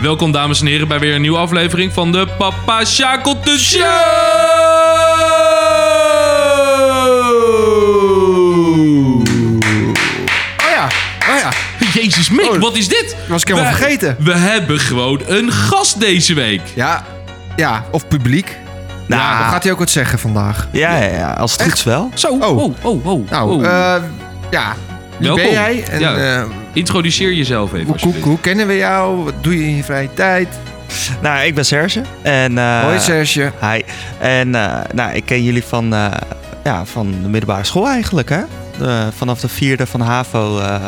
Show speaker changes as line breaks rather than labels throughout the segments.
Welkom dames en heren bij weer een nieuwe aflevering van de Papa Shackleton Show!
Oh ja, oh ja.
Jezus Mick,
Oh,
wat is dit?
was ik helemaal
We-
vergeten.
We hebben gewoon een gast deze week.
Ja, ja of publiek. Nou,
Ja.
dan gaat hij ook wat zeggen vandaag.
Ja, ja, ja, als het goed is wel.
Zo, oh,
Oh.
oh, oh.
Nou,
oh.
eh, ja. Wie
Welkom.
ben jij? En,
Ja.
eh,
Introduceer jezelf even
hoe, hoe,
alsjeblieft.
hoe kennen we jou? Wat doe je in je vrije tijd?
Nou, ik ben Serge. En, eh,
Hoi Serge.
Hi. En eh, nou, ik ken jullie van, eh, ja, van de middelbare school eigenlijk, hè? De- vanaf de vierde van HAVO eh,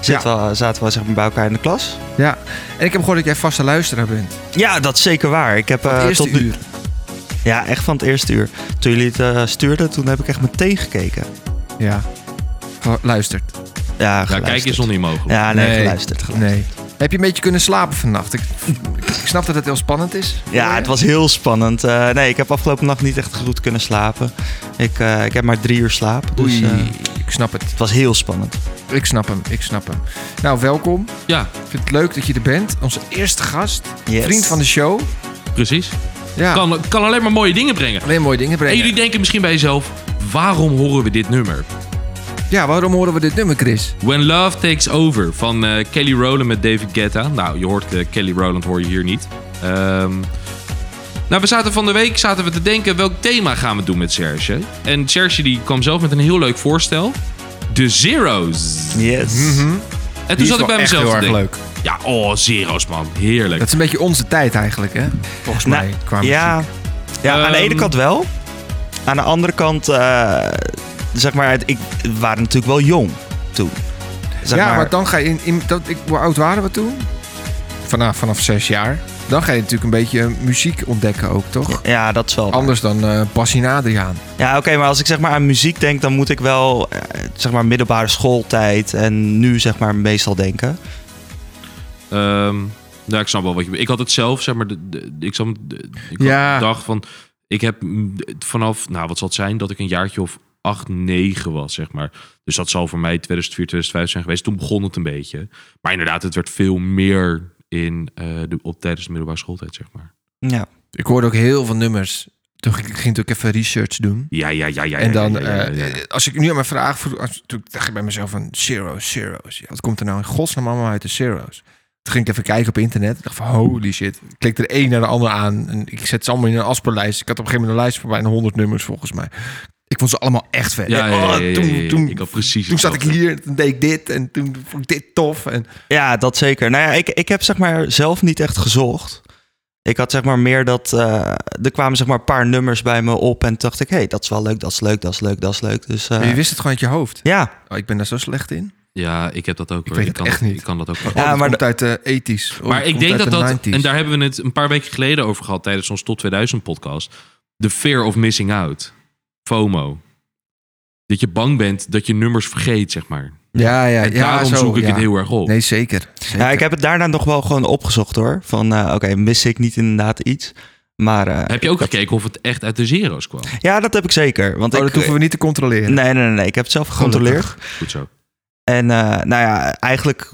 zitten we, zaten we zeg maar, bij elkaar in de klas.
Ja. En ik heb gehoord dat jij vaste luisteraar bent.
Ja, dat is zeker waar. Ik heb
Van het
eh,
eerste
tot nu-
uur.
Ja, echt van het eerste uur. Toen jullie het eh, stuurden, toen heb ik echt meteen gekeken.
Ja. Geho- Luistert.
Ja,
Ja,
geluisterd.
kijk is nog niet mogelijk.
Ja, nee,
Nee.
geluisterd. geluisterd.
Nee. Heb je een beetje kunnen slapen vannacht? Ik, ik snap dat het heel spannend is.
Ja, het was heel spannend. Eh, nee, ik heb afgelopen nacht niet echt goed kunnen slapen. Ik, eh, ik heb maar drie uur slaap. Dus
Oei,
eh,
ik snap het.
het was heel spannend.
Ik snap hem, ik snap hem. Nou, welkom.
Ja,
Ik vind het leuk dat je er bent. Onze eerste gast.
Yes.
Vriend van de show.
precies.
Ja.
Kan, kan alleen maar mooie dingen brengen.
Alleen mooie dingen
En
brengen.
jullie denken misschien bij jezelf, waarom horen we dit nummer?
Ja, waarom horen we dit nummer, Chris?
When Love Takes Over van eh, Kelly Rowland met David Guetta. Nou, je hoort eh, Kelly Rowland hoor je hier niet. Ehm, nou, we zaten van de week zaten we te denken welk thema gaan we doen met Serge. En Serge die kwam zelf met een heel leuk voorstel. De Zeros.
Yes.
Mhm.
En toen zat ik bij mezelf
heel
te
erg
denken.
leuk.
Ja, oh, Zeros man. Heerlijk.
Dat is een beetje onze tijd eigenlijk, hè? Volgens
Nou,
mij. Qua
Ja, ja aan de
Ehm.
ene kant wel. Aan de andere kant, eh, zeg maar, het- ik we waren natuurlijk wel jong toen. Zeg
ja, maar, dan ga je in... in dat, ik, hoe oud waren we toen? Vanaf, vanaf zes jaar. Dan ga je natuurlijk een beetje eh, muziek ontdekken ook, toch?
Ja, dat is wel. waar.
Anders dan eh Bassie en Adriaan.
Ja, oké, maar als ik zeg maar aan muziek denk, dan moet ik wel, eh, zeg maar, middelbare schooltijd en nu, zeg maar, meestal denken.
Ehm, nou, ik snap wel wat je Ik had het zelf, zeg maar. De, de- ik zat, de- ik had-
Ja.
dacht van. Ik heb mm, vanaf, nou, wat zal het zijn? Dat ik een jaartje of 8, 9 was, zeg maar. Dus dat zal voor mij 2004, 2005 zijn geweest. Toen begon het een beetje. Maar inderdaad, het werd veel meer in, eh, de, op, tijdens de middelbare schooltijd, zeg maar.
Ja.
Ik hoorde ook heel veel nummers. Toen ging ik ging natuurlijk even research doen.
Ja, ja, ja, ja.
En
ja,
dan,
ja, ja, ja,
eh,
ja.
als ik nu aan mijn vraag vroeg, als, toen dacht ik bij mezelf van zero's, zero's. Ja, wat komt er nou in godsnaam allemaal uit de zero's? Toen ging ik even kijken op internet. Ik dacht van holy shit. Ik klik er één naar de ander aan. En ik zet ze allemaal in een asperlijst. Ik had op een gegeven moment een lijst van bijna 100 nummers volgens mij. Ik vond ze allemaal echt vet.
ja, ja,
En,
ja,
oh,
ja, ja, ja, ja,
toen,
ja.
toen,
ik had precies
toen zat ik
hetzelfde.
hier, en toen deed ik dit en toen vond ik dit tof. En,
Ja, dat zeker. Nou ja, ik, ik heb zeg maar zelf niet echt gezocht. Ik had zeg maar meer dat. eh, er kwamen zeg maar een paar nummers bij me op. En toen dacht ik, hé, hey, dat is wel leuk, dat is leuk, dat is leuk, dat is leuk. Dus eh,
Maar je wist het gewoon uit je hoofd.
ja,
Oh, ik ben daar zo slecht in.
Ja, ik heb dat ook. hoor.
weet
ik
het
kan
echt niet.
Ik kan dat ook.
ja,
maar
maar komt uit de 80s. Oh,
Maar
dat
ik
komt
denk
uit
dat
de
dat,
90s.
en daar hebben we het een paar weken geleden over gehad tijdens ons Tot 2000 podcast. De fear of missing out. FOMO. Dat je bang bent dat je nummers vergeet, zeg maar.
ja, ja, ja,
en daarom
zo,
zoek ik
ja.
het heel erg op.
Nee, zeker.
ja, ik heb het daarna nog wel gewoon opgezocht hoor. Van eh, oké, mis ik niet inderdaad iets. Maar eh,
Heb je ook gekeken of het echt uit de zero's kwam?
ja, dat heb ik zeker. Want
Oh,
ik, eh,
dat
eh,
hoeven we niet te controleren.
nee, nee, nee, nee, ik heb het zelf gecontroleerd.
Goed zo.
En eh, nou ja, eigenlijk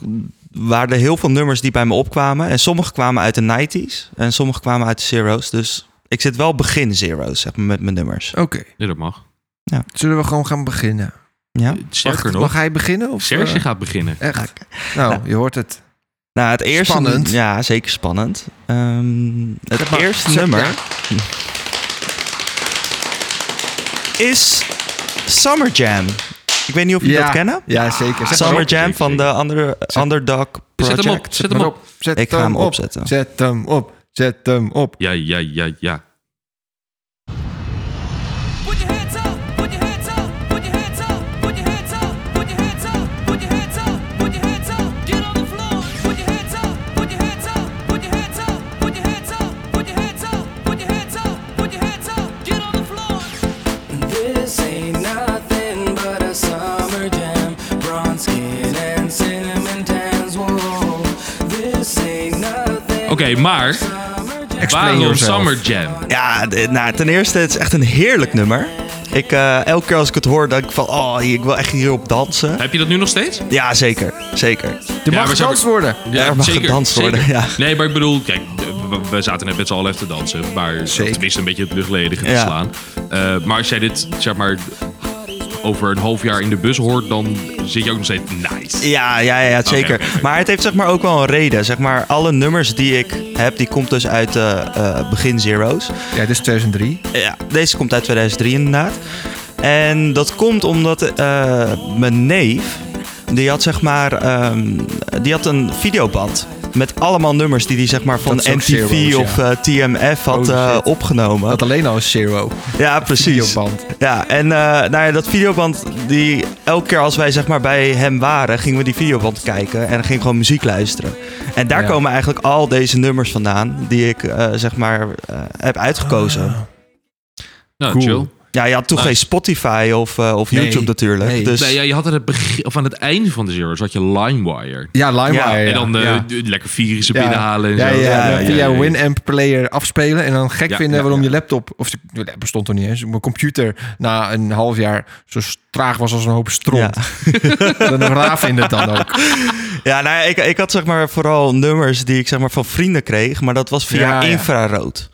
waren er heel veel nummers die bij me opkwamen. En sommige kwamen uit de 90s en sommige kwamen uit de zero's. Dus ik zit wel begin zero's zeg maar, met mijn nummers.
Oké,
Nee, dat mag.
zullen we gewoon gaan beginnen?
Ja.
Sterker
Wacht,
nog,
Mag hij beginnen? Of,
Serge
eh,
gaat beginnen.
Echt? Nou, je hoort het.
Nou, het eerste.
Spannend.
Ja, zeker spannend. Ehm, het
Zeg maar,
eerste
zeg
nummer
ja.
is Summer Jam. Ik weet niet of jullie dat kennen.
Ja, zeker. Zet
Summer
maar
maar op.
Jam van de andere, Underdog
Zet
Project.
hem op. Zet
Zet
hem
maar
op.
op. Zet
Ik ga hem
op.
opzetten.
Zet hem op. Zet hem op.
Ja, ja, ja, ja.
Put your hands up, put your hands up, put your hands up, put your hands up, put your hands up, put your hands up, put your hands up, get on the floor, put your hands up, put your hands up, put your hands up, put your hands up, put your hands up, put your hands up, put your hands up, get on the floor.
This ain't nothing but a summer jam. Bronze skin and cinnamon tans. Whoa. This ain't nothing.
Oké, maar
Summer jam.
Explain
waarom
yourself.
Summer Jam?
Ja, d- nou, ten eerste, het is echt een heerlijk nummer. Ik, eh, elke keer als ik het hoor, denk ik van, oh, ik wil echt hierop dansen.
Heb je dat nu nog steeds?
Ja, zeker. Zeker.
Er mag
maar ze
gedanst worden.
Ja,
Er mag gedanst worden, ja.
Nee, maar ik bedoel, kijk, we- we zaten net met z'n allen even te dansen. Maar
Zeker.
tenminste een beetje het luchtledige te
Ja.
slaan. Eh, maar als jij dit, zeg maar, over een half jaar in de bus hoort, dan zit je ook nog steeds nice.
Ja, ja, ja, zeker.
oké, oké.
Maar het heeft zeg maar ook wel een reden. Zeg maar, alle nummers die ik heb, die komt dus uit eh, eh, begin Zero's.
Ja, dit is 2003.
Ja, deze komt uit 2003 inderdaad. En dat komt omdat eh, mijn neef, die had zeg maar, ehm, die had een videoband met allemaal nummers die hij zeg maar van
Dat is ook
MTV
Zero's,
of
ja.
eh, TMF had
Holy
eh,
shit.
opgenomen.
Dat alleen al is zero.
ja, precies.
Videoband.
Ja, en eh, nou ja, dat videoband, die, elke keer als wij zeg maar, bij hem waren, gingen we die videoband kijken en dan ging ik gewoon muziek luisteren. En daar
Ja.
komen eigenlijk al deze nummers vandaan die ik eh, zeg maar, eh, heb uitgekozen.
Ah.
nou,
cool.
chill.
Ja, je had toen
Nice.
geen Spotify of, eh, of
Nee.
YouTube natuurlijk.
Nee.
Dus,
Nee, ja, je had aan het, begin, of aan het einde van de Zero's had je LimeWire.
Ja, LimeWire.
Ja, en
En dan eh,
ja.
d- lekker virussen
Ja.
binnenhalen en
Ja,
zo.
ja,
Ja,
ja,
ja,
via
ja.
Winamp player afspelen en dan gek
Ja,
vinden
ja,
waarom je laptop, of je laptop bestond er niet eens, mijn computer na een half jaar zo traag was als een hoop stront. dan raar vinden het dan ook.
ja, nou ja, ik, ik had zeg maar vooral nummers die ik zeg maar van vrienden kreeg, maar dat was via
Ja, ja.
infrarood.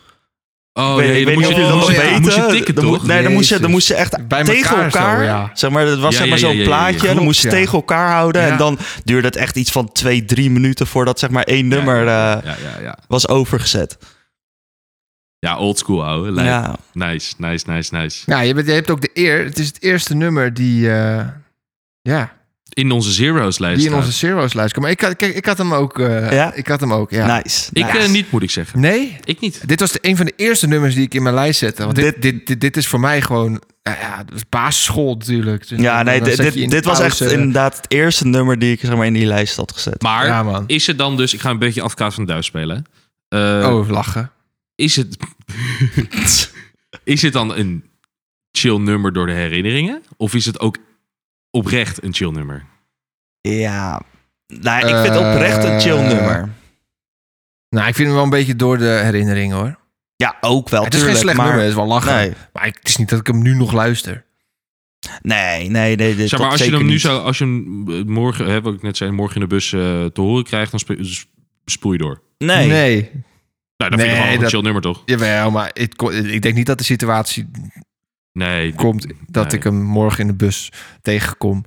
Oh,
Ik weet-
nee,
ik
dan
weet
moest
niet
je,
of
dan
je dat
moest je-
weten.
moest je tikken,
Dan moet-
toch?
Nee, dan moest je, dan
Jezus.
moest je echt
Bij
tegen
elkaar zo,
elkaar.
ja.
Zeg maar, dat was
Ja,
zeg maar
ja, ja,
zo'n
ja, ja, ja.
plaatje. en dan
Klopt,
moest je
ja.
tegen elkaar houden.
Ja.
En dan duurde het echt iets van twee, drie minuten voordat zeg maar één nummer
Ja,
eh,
ja, ja, ja.
was overgezet.
Ja, oldschool, ouwe. Lijp.
Ja.
Nice, nice, nice, nice.
Ja, je, bent, je hebt ook de eer. Het is het eerste nummer die, eh, ja,
In onze Zero's-lijst
die in
staat.
onze zero's lijst komt. Maar ik, had- kijk, ik had hem ook. eh,
Ja? Nou.
Ik had hem ook. Nou, Ja.
Nice.
Ik
nice.
eh, niet, moet ik zeggen.
Nee,
Ik niet.
dit was de, een van de eerste nummers die ik in mijn lijst zette. Want dit, dit, dit, dit is voor mij gewoon, nou ja, dat is basisschool natuurlijk. Dus
Ja,
dan-
nee,
dan
dit,
zet je in
dit,
de
dit was echt
pauze-
inderdaad het eerste nummer die ik zeg maar in die lijst had gezet.
Maar
Ja, man.
is het dan dus... Ik ga een beetje advocaat van de duif spelen. hè. Eh,
Oh, lachen.
Is het... is het dan een chill nummer door de herinneringen? Of is het ook oprecht een chill nummer?
Ja. Nou, ik vind
Eh,
oprecht een chill nummer.
Nou, ik vind hem wel een beetje door de herinnering hoor.
Ja, ook wel.
het is geen
tuurlijk,
slecht
maar...
nummer, het is wel lachen.
Nee,
Maar ik- het is niet dat ik hem nu nog luister.
nee, nee. nee dit,
Zeg maar,
dat
als je
zeker
hem nu
niet.
zou... Als je hem eh, morgen, hè, wat ik net zei, morgen in de bus eh, te horen krijgt... dan spe- s- spoel je door.
Nee.
Nou, dat vind ik
Nee,
gewoon een
dat-
chill nummer, toch?
Jawel, maar het ko- ik denk niet dat de situatie
Nee.
komt dat
Nee.
ik hem morgen in de bus tegenkom.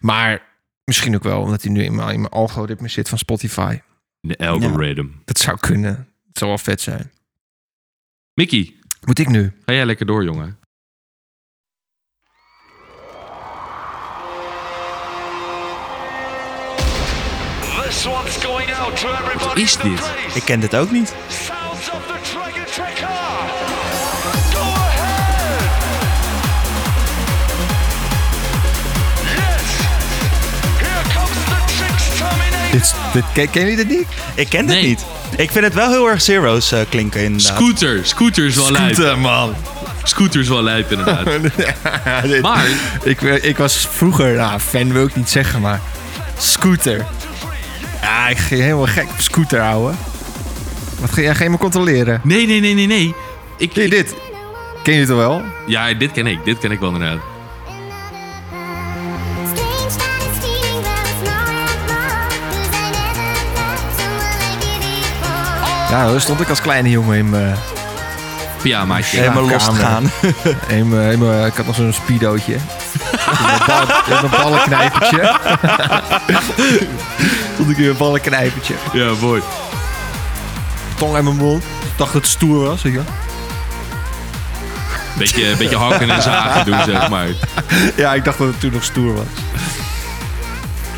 Maar misschien ook wel omdat hij nu in mijn, in mijn algoritme zit van Spotify.
De algorithm.
Dat zou kunnen. Het zou wel vet zijn.
Mickey,
Moet ik nu?
ga jij lekker door, jongen.
This one's going out to everybody
Is
in the
dit?
place.
Ik ken dit ook niet.
Sounds of the Dragon Tracker. Go ahead. Yes. Here comes the Jinx Terminator.
ken, ken je dit niet?
Ik ken dit
Nee.
niet. Ik vind het wel heel erg zero's eh, klinken inderdaad.
Scooter. Scooter is wel lijp.
man.
Scooter is wel lijp, inderdaad. Maar-
ik, eh, ik was vroeger, nou, fan wil ik niet zeggen, maar scooter. Ja, ik ging helemaal gek op scooter, ouwe. Wat ging jij? Ging je me controleren?
Nee, nee, nee, nee, nee. Ik,
Ken je
ik-
dit? Ken je dit al wel?
Ja, dit ken ik. Dit ken ik wel inderdaad.
Ja, daar stond ik als kleine jongen in mijn...
Pyjamaatje.
Ja.
Helemaal los te
kamer.
gaan.
in mijn- in mijn- ik had nog zo'n speedootje. Met een bal- met een ballenknijpertje. stond ik in een ballenknijpertje.
Ja, mooi.
Tong in mijn mond. Ik dacht dat het stoer was, weet je wel.
Beetje, beetje hakken en zagen doen, zeg maar.
Ja, ik dacht dat het toen nog stoer was.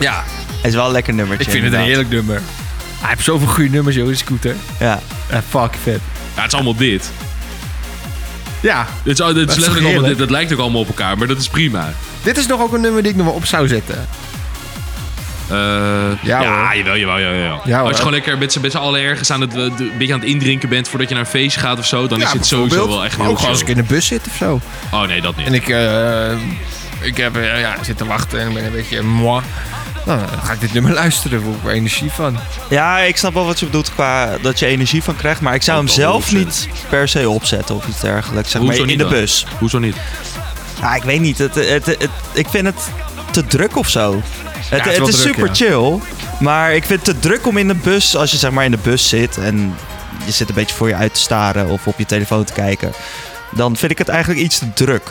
Ja,
Het is wel een lekker nummertje.
ik vind het een
inderdaad.
heerlijk nummer. Hij heeft zoveel goede nummers, joh, die scooter.
Ja.
Eh, fuck, vet.
Ja, het is allemaal dit.
Ja,
Het is, oh, het is
toch
letterlijk allemaal
heerlijk?
dit. Dat lijkt ook allemaal op elkaar, maar dat is prima.
dit is nog ook een nummer die ik nog wel op zou zetten.
Eh, ja
Ja, hoor.
jawel, jawel, jawel, jawel.
Ja,
Als
hoor.
je gewoon lekker met z'n met z'n allen ergens aan het, eh, d- een beetje aan het indrinken bent voordat je naar een feestje gaat of zo, dan is het sowieso wel echt
Maar
heel
Ook gewoon als ik
chill.
in de bus zit of zo.
Oh nee, dat niet.
En ik, eh, ik heb eh, ja, zit te wachten en ik ben een beetje moi. Nou, dan ga ik dit nummer luisteren. Daar word ik wel energie van.
ja, ik snap wel wat je bedoelt qua dat je energie van krijgt. Maar ik zou hem zelf niet per se opzetten of iets dergelijks. Zeg
Hoezo
maar in
niet
de
dan?
bus.
Hoezo niet?
Ja, Nou, ik weet niet. Het, het, het- ik vind het te druk of zo.
het
Het, het
is
is,
wel druk,
super
ja.
chill. Maar ik vind het te druk om in de bus, als je zeg maar in de bus zit en je zit een beetje voor je uit te staren of op je telefoon te kijken. Dan vind ik het eigenlijk iets te druk.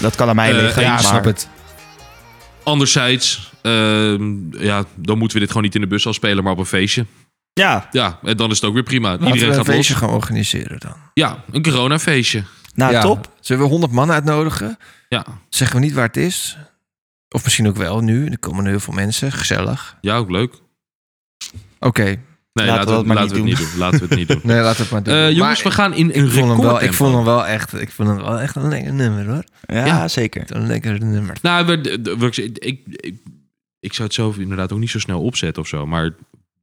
Dat kan aan mij
Eh,
liggen.
ja,
maar-
snap het.
Anderzijds, ehm, ja, dan moeten we dit gewoon niet in de bus al spelen, maar op een feestje.
Ja,
Ja, en dan is het ook weer prima.
Laten we
Iedereen
een
gaat
feestje
los.
gaan organiseren dan.
Ja, een coronafeestje.
nou
Ja.
top.
Zullen we 100 man uitnodigen?
Ja,
Zeggen we niet waar het is? Of misschien ook wel nu. Er komen heel veel mensen. Gezellig.
ja ook leuk.
Oké.
Nee,
Laten we
laten,
dat
we,
maar
laten we het
niet
niet doen. Laten we het niet doen.
Nee, laat het maar doen.
Eh, jongens,
Maar
we gaan in een
ik vond, hem wel, ik
recordtempo.
vond hem wel echt, ik vond hem wel echt een lekker nummer hoor.
Ja,
Ja.
zeker.
Een lekker nummer.
Nou, we, de- de- we- ik, ik, ik, ik zou het zelf inderdaad ook niet zo snel opzetten of zo. Maar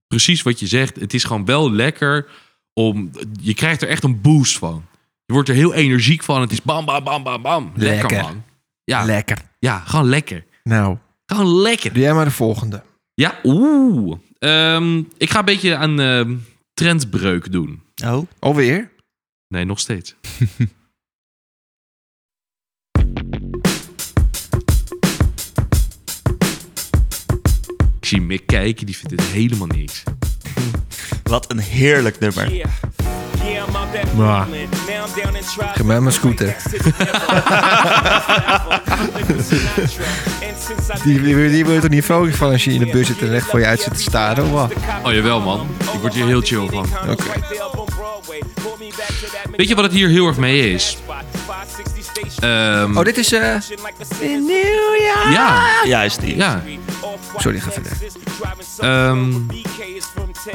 precies wat je zegt, het is gewoon wel lekker om... Je krijgt er echt een boost van. Je wordt er heel energiek van. Het is bam, bam, bam, bam, bam. Lekker,
Lekker.
man. Ja,
Lekker.
ja, gewoon lekker.
Nou,
Gewoon lekker.
doe jij maar de volgende.
Ja, oeh. Ehm, ik ga een beetje aan ehm, trendbreuk doen.
Oh.
Alweer?
Nee, nog steeds. Ik zie Mick kijken, die vindt dit helemaal niks.
Wat een heerlijk nummer.
Maar. Geef mij mijn scooter. Die, die, die wordt er niet vrolijk van als je in de bus zit en recht voor je uit zit te staren. of wat?
Oh jawel man, ik word hier heel chill van.
Oké.
Weet je wat het hier heel erg mee is? Ehm,
Oh, dit is... eh, in New York.
ja,
Juist die.
ja.
Sorry, ga verder.
Ehm,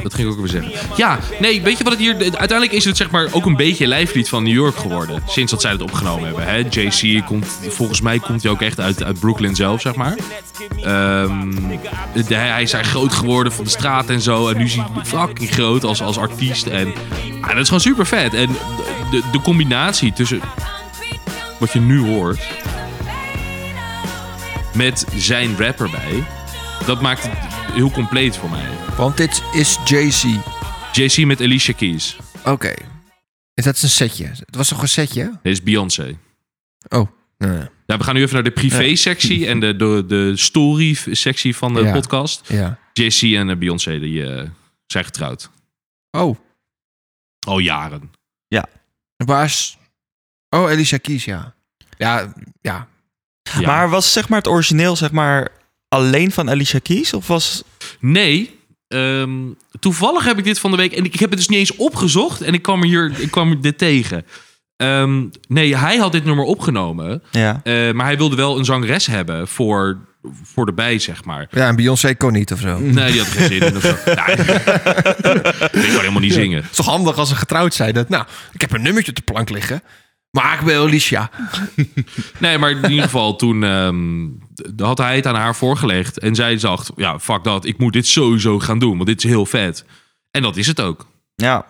dat ging ik ook weer zeggen. Ja, nee, weet je wat het hier... Uiteindelijk is het zeg maar ook een beetje lijflied van New York geworden. Sinds dat zij het opgenomen hebben. Hè? JC komt... Volgens mij komt hij ook echt uit, uit Brooklyn zelf, zeg maar. Ehm, de- hij is daar groot geworden van de straat en zo. En nu is hij fucking groot als, als artiest. En ah, dat is gewoon super vet. En de, de combinatie tussen wat je nu hoort... met zijn rap erbij... dat maakt het heel compleet voor mij.
Want dit is Jay-Z.
JC met Alicia Keys.
Oké. Is dat een setje? Het was toch een setje?
Dit is Beyoncé.
Oh. Nee.
Ja, we gaan nu even naar de privé-sectie en de, de, de story-sectie van de
Ja.
podcast.
Ja.
JC en eh, Beyoncé die, eh, zijn getrouwd.
Oh.
Al jaren.
Baas. Oh, Alicia Keys, ja. Ja, ja.
Ja.
Maar was zeg maar het origineel zeg maar alleen van Alicia Keys of was
Nee. ehm, toevallig heb ik dit van de week. En ik heb het dus niet eens opgezocht. En ik kwam, er hier, ik kwam er dit tegen. Ehm, nee, hij had dit nummer opgenomen.
ja.
eh, maar hij wilde wel een zangeres hebben voor, voor de bij, zeg maar.
Ja, en Beyoncé kon niet of zo. Het
Nee, die had geen zin in of zo. Nou, ik kan helemaal niet zingen.
is toch handig als ze getrouwd zijn. Dat, nou, ik heb een nummertje op de plank liggen. Maar ik wil Alicia.
Nee, maar in ieder geval toen ehm, d- had hij het aan haar voorgelegd. En zij dacht, ja, fuck dat. Ik moet dit sowieso gaan doen, want dit is heel vet. En dat is het ook.
Ja.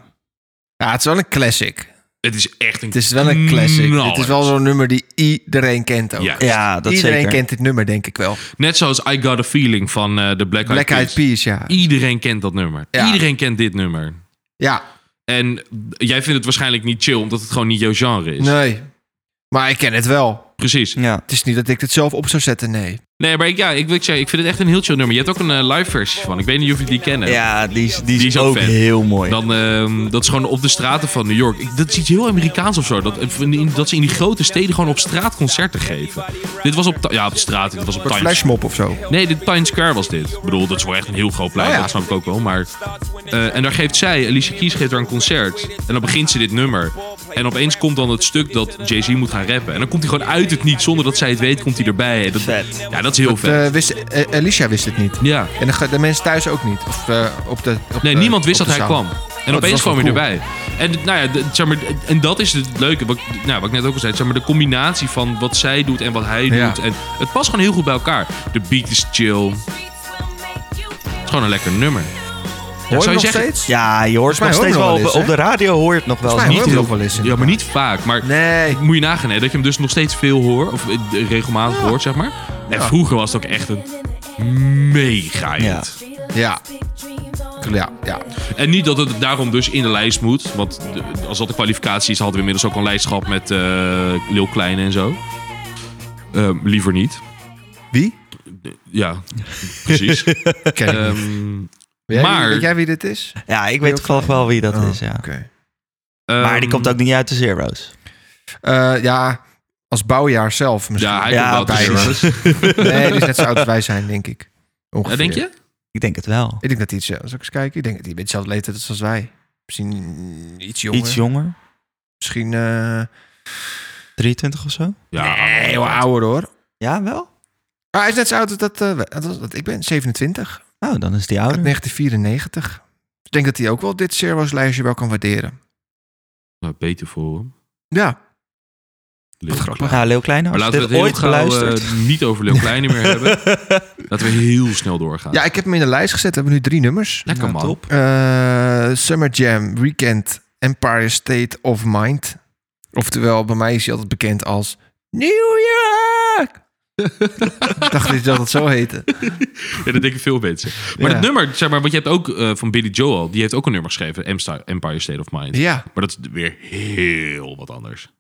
Ja, het is wel een classic.
Het is echt een
Het is wel een classic.
knaller.
Het is wel zo'n nummer die iedereen kent ook.
Nou, dus- Ja.
Ja, dat
iedereen
zeker.
kent dit nummer, denk ik wel.
Net zoals I Got A Feeling van eh de Black,
Black Eyed Peas, ja.
Iedereen kent dat nummer.
Ja.
Iedereen kent dit nummer.
Ja,
En jij vindt het waarschijnlijk niet chill, omdat het gewoon niet jouw genre is.
nee. Maar ik ken het wel.
Precies.
Ja.
Het is niet dat ik het zelf op zou zetten, nee.
Nee, maar ik, ja, ik, wil zeggen, ik vind het echt een heel chill nummer. Je hebt ook een eh, live versie van. Ik weet niet of je die kennen.
Ja, die is, die is,
Die is ook
ook
vet.
heel mooi.
Dan, ehm, dat is gewoon op de straten van New York. Ik- dat is iets heel Amerikaans of zo. Dat, dat ze in die grote steden gewoon op straat concerten geven. Dit was op, Ti- ja, op de straat. Dit was op
Een
Times
flashmob of zo.
Nee, de Times Square was dit. Ik bedoel, dat is wel echt een heel groot plein.
Oh ja.
Dat snap ik ook wel. Maar, eh, en daar geeft zij, Alicia Keys geeft daar een concert. En dan begint ze dit nummer. En opeens komt dan het stuk dat Jay-Z moet gaan rappen. En dan komt hij gewoon uit het niet. Zonder dat zij het weet, komt hij erbij. En dat,
Vet.
Ja, dat is heel vet.
Eh, wist, eh, Alicia wist het niet.
Ja.
En de, de mensen thuis ook niet. Of, eh, op de, op
Nee,
de-
niemand wist
op
dat
de
hij
zaal.
kwam. En
dat
opeens
was wel
kwam hij
cool.
erbij. En, nou ja, de- zeg maar, en dat is het leuke. Wat, ik- nou, wat ik net ook al zei. Zeg maar, de combinatie van wat zij doet en wat hij
Ja.
doet. En het past gewoon heel goed bij elkaar. De beat is chill. Het is gewoon een lekker nummer.
Hoor je
zou
hem
je
nog
zeggen-
steeds?
Ja, je hoort het
mij
nog steeds
hoor
wel.
ik hem
op,
wel eens,
op de radio hoor je het nog wel
Volgens
eens.
mij
Niet
hoor ik hem
heel-
nog wel eens.
Ja, maar niet vaak. Maar
Nee.
moet je nagaan hè, dat je hem dus nog steeds veel hoort. Of eh, regelmatig hoort, zeg maar. En vroeger was het ook echt een mega hit.
Ja. Ja, ja.
En niet dat het daarom dus in de lijst moet. Want de- als dat de kwalificatie is, hadden we inmiddels ook al een lijst gehad met eh Leeuw Kleine en zo. Ehm, liever niet.
Wie?
Ja, precies.
Ken ik niet.
Ehm,
Weet jij-
maar-
Weet jij wie dit is?
Ja, ik weet toevallig wel wie dat
Oh,
is, ja.
Oké.
Maar die
ehm,
komt ook niet uit de Zero's.
Eh, ja, als bouwjaar zelf misschien.
Ja, hij
Ja,
komt wel
bijna.
te zien.
Nee, die is net zo oud als wij zijn, denk ik.
Ja,
Ongeveer.
Denk je?
Ik denk het wel.
Ik denk dat hij iets... eh, Zal ik eens kijken? Ik denk dat hij een beetje dezelfde leeftijd is als wij. Misschien iets jonger.
Iets jonger.
Misschien... eh,
23 of zo.
Ja,
nee, heel ouder hoor.
Ja, wel?
Ah, hij is net zo oud als dat, eh, we- dat, dat ik ben. 27.
Nou, dan is die
Uit
ouder.
1994. Ik denk dat hij ook wel dit Zero's lijstje wel kan waarderen.
Nou, beter voor hem.
Ja.
Leeuw
grappig.
Kleine.
Nou, Leeuw Kleine,
Maar
als
laten
je
we
dit
het heel
ooit
gauw
beluistert.
eh, niet over Leeuw Kleine meer hebben. Laten we heel snel doorgaan.
Ja, ik heb hem in de lijst gezet. We hebben nu drie nummers.
Lekker
Nou,
man.
top.
Eh, Summer Jam, Weekend, Empire State of Mind. Oftewel, bij mij is hij altijd bekend als New York. Ik dacht dat je dat het zo heette.
Ja, dat denken veel mensen. Maar
Ja.
het nummer, zeg maar, want je hebt ook eh, van Billy Joel, die heeft ook een nummer geschreven, Em- Empire State of Mind.
Ja,
Maar dat is weer heel wat anders.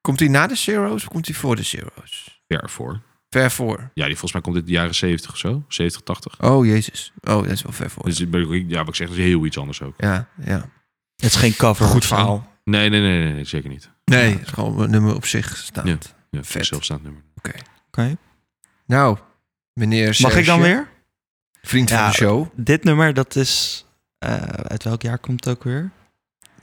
komt hij na de Zero's of komt hij voor de Zero's?
Ver voor.
Ver voor.
Ja, die volgens mij komt dit de jaren 70 of zo. 70, 80.
Oh, jezus. Oh, dat is wel ver voor.
Dus ik ben- ja, wat ik zeg, dat is heel iets anders ook.
Ja, ja.
Het is geen cover. of zo.
Nee, nee, nee, nee, nee, zeker niet.
Nee, het is gewoon een nummer op zich staand.
Ja. Ja,
Vet.
zelfstaand nummer.
Oké.
Nou, meneer
Mag ik dan
Serge,
weer?
Vriend van
Ja.
de show.
Dit nummer, dat is... eh, uit welk jaar komt het ook weer?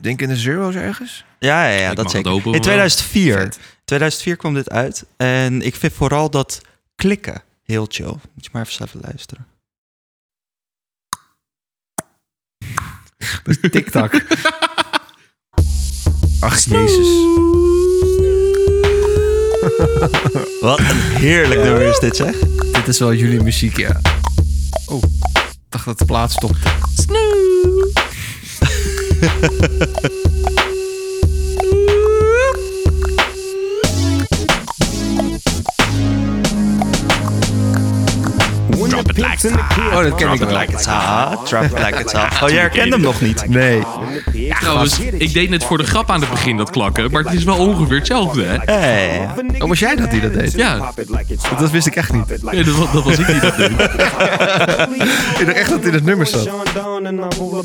Denk in de Zero's ergens?
Ja, ja, ja
Ik
dat
mag
zeker.
het hopen,
In
maar-
2004.
Vet.
2004 kwam dit uit. En ik vind vooral dat klikken heel chill. Moet je maar even zelf luisteren.
Dat is TikTok. Ach, jezus.
Wat een heerlijk nummer is dit, zeg.
Dit is wel jullie muziek, ja. Oh, ik dacht dat de plaat stopte.
Drop it like it's hot.
Oh, dat ken
Drop
ik
it
wel.
like it's hot.
Ah, Trap It Like It's Hot. Oh, jij herkent hem nog niet.
Nee.
Trouwens, Nou, dus ik deed net voor de grap aan het begin dat klakken, maar het is wel ongeveer hetzelfde, hè?
Hey.
Oh, was jij dat die dat deed?
Ja,
Dat wist ik echt niet.
nee, dat, was- dat was ik niet. Dat deed.
Ik dacht echt dat in het nummer zat.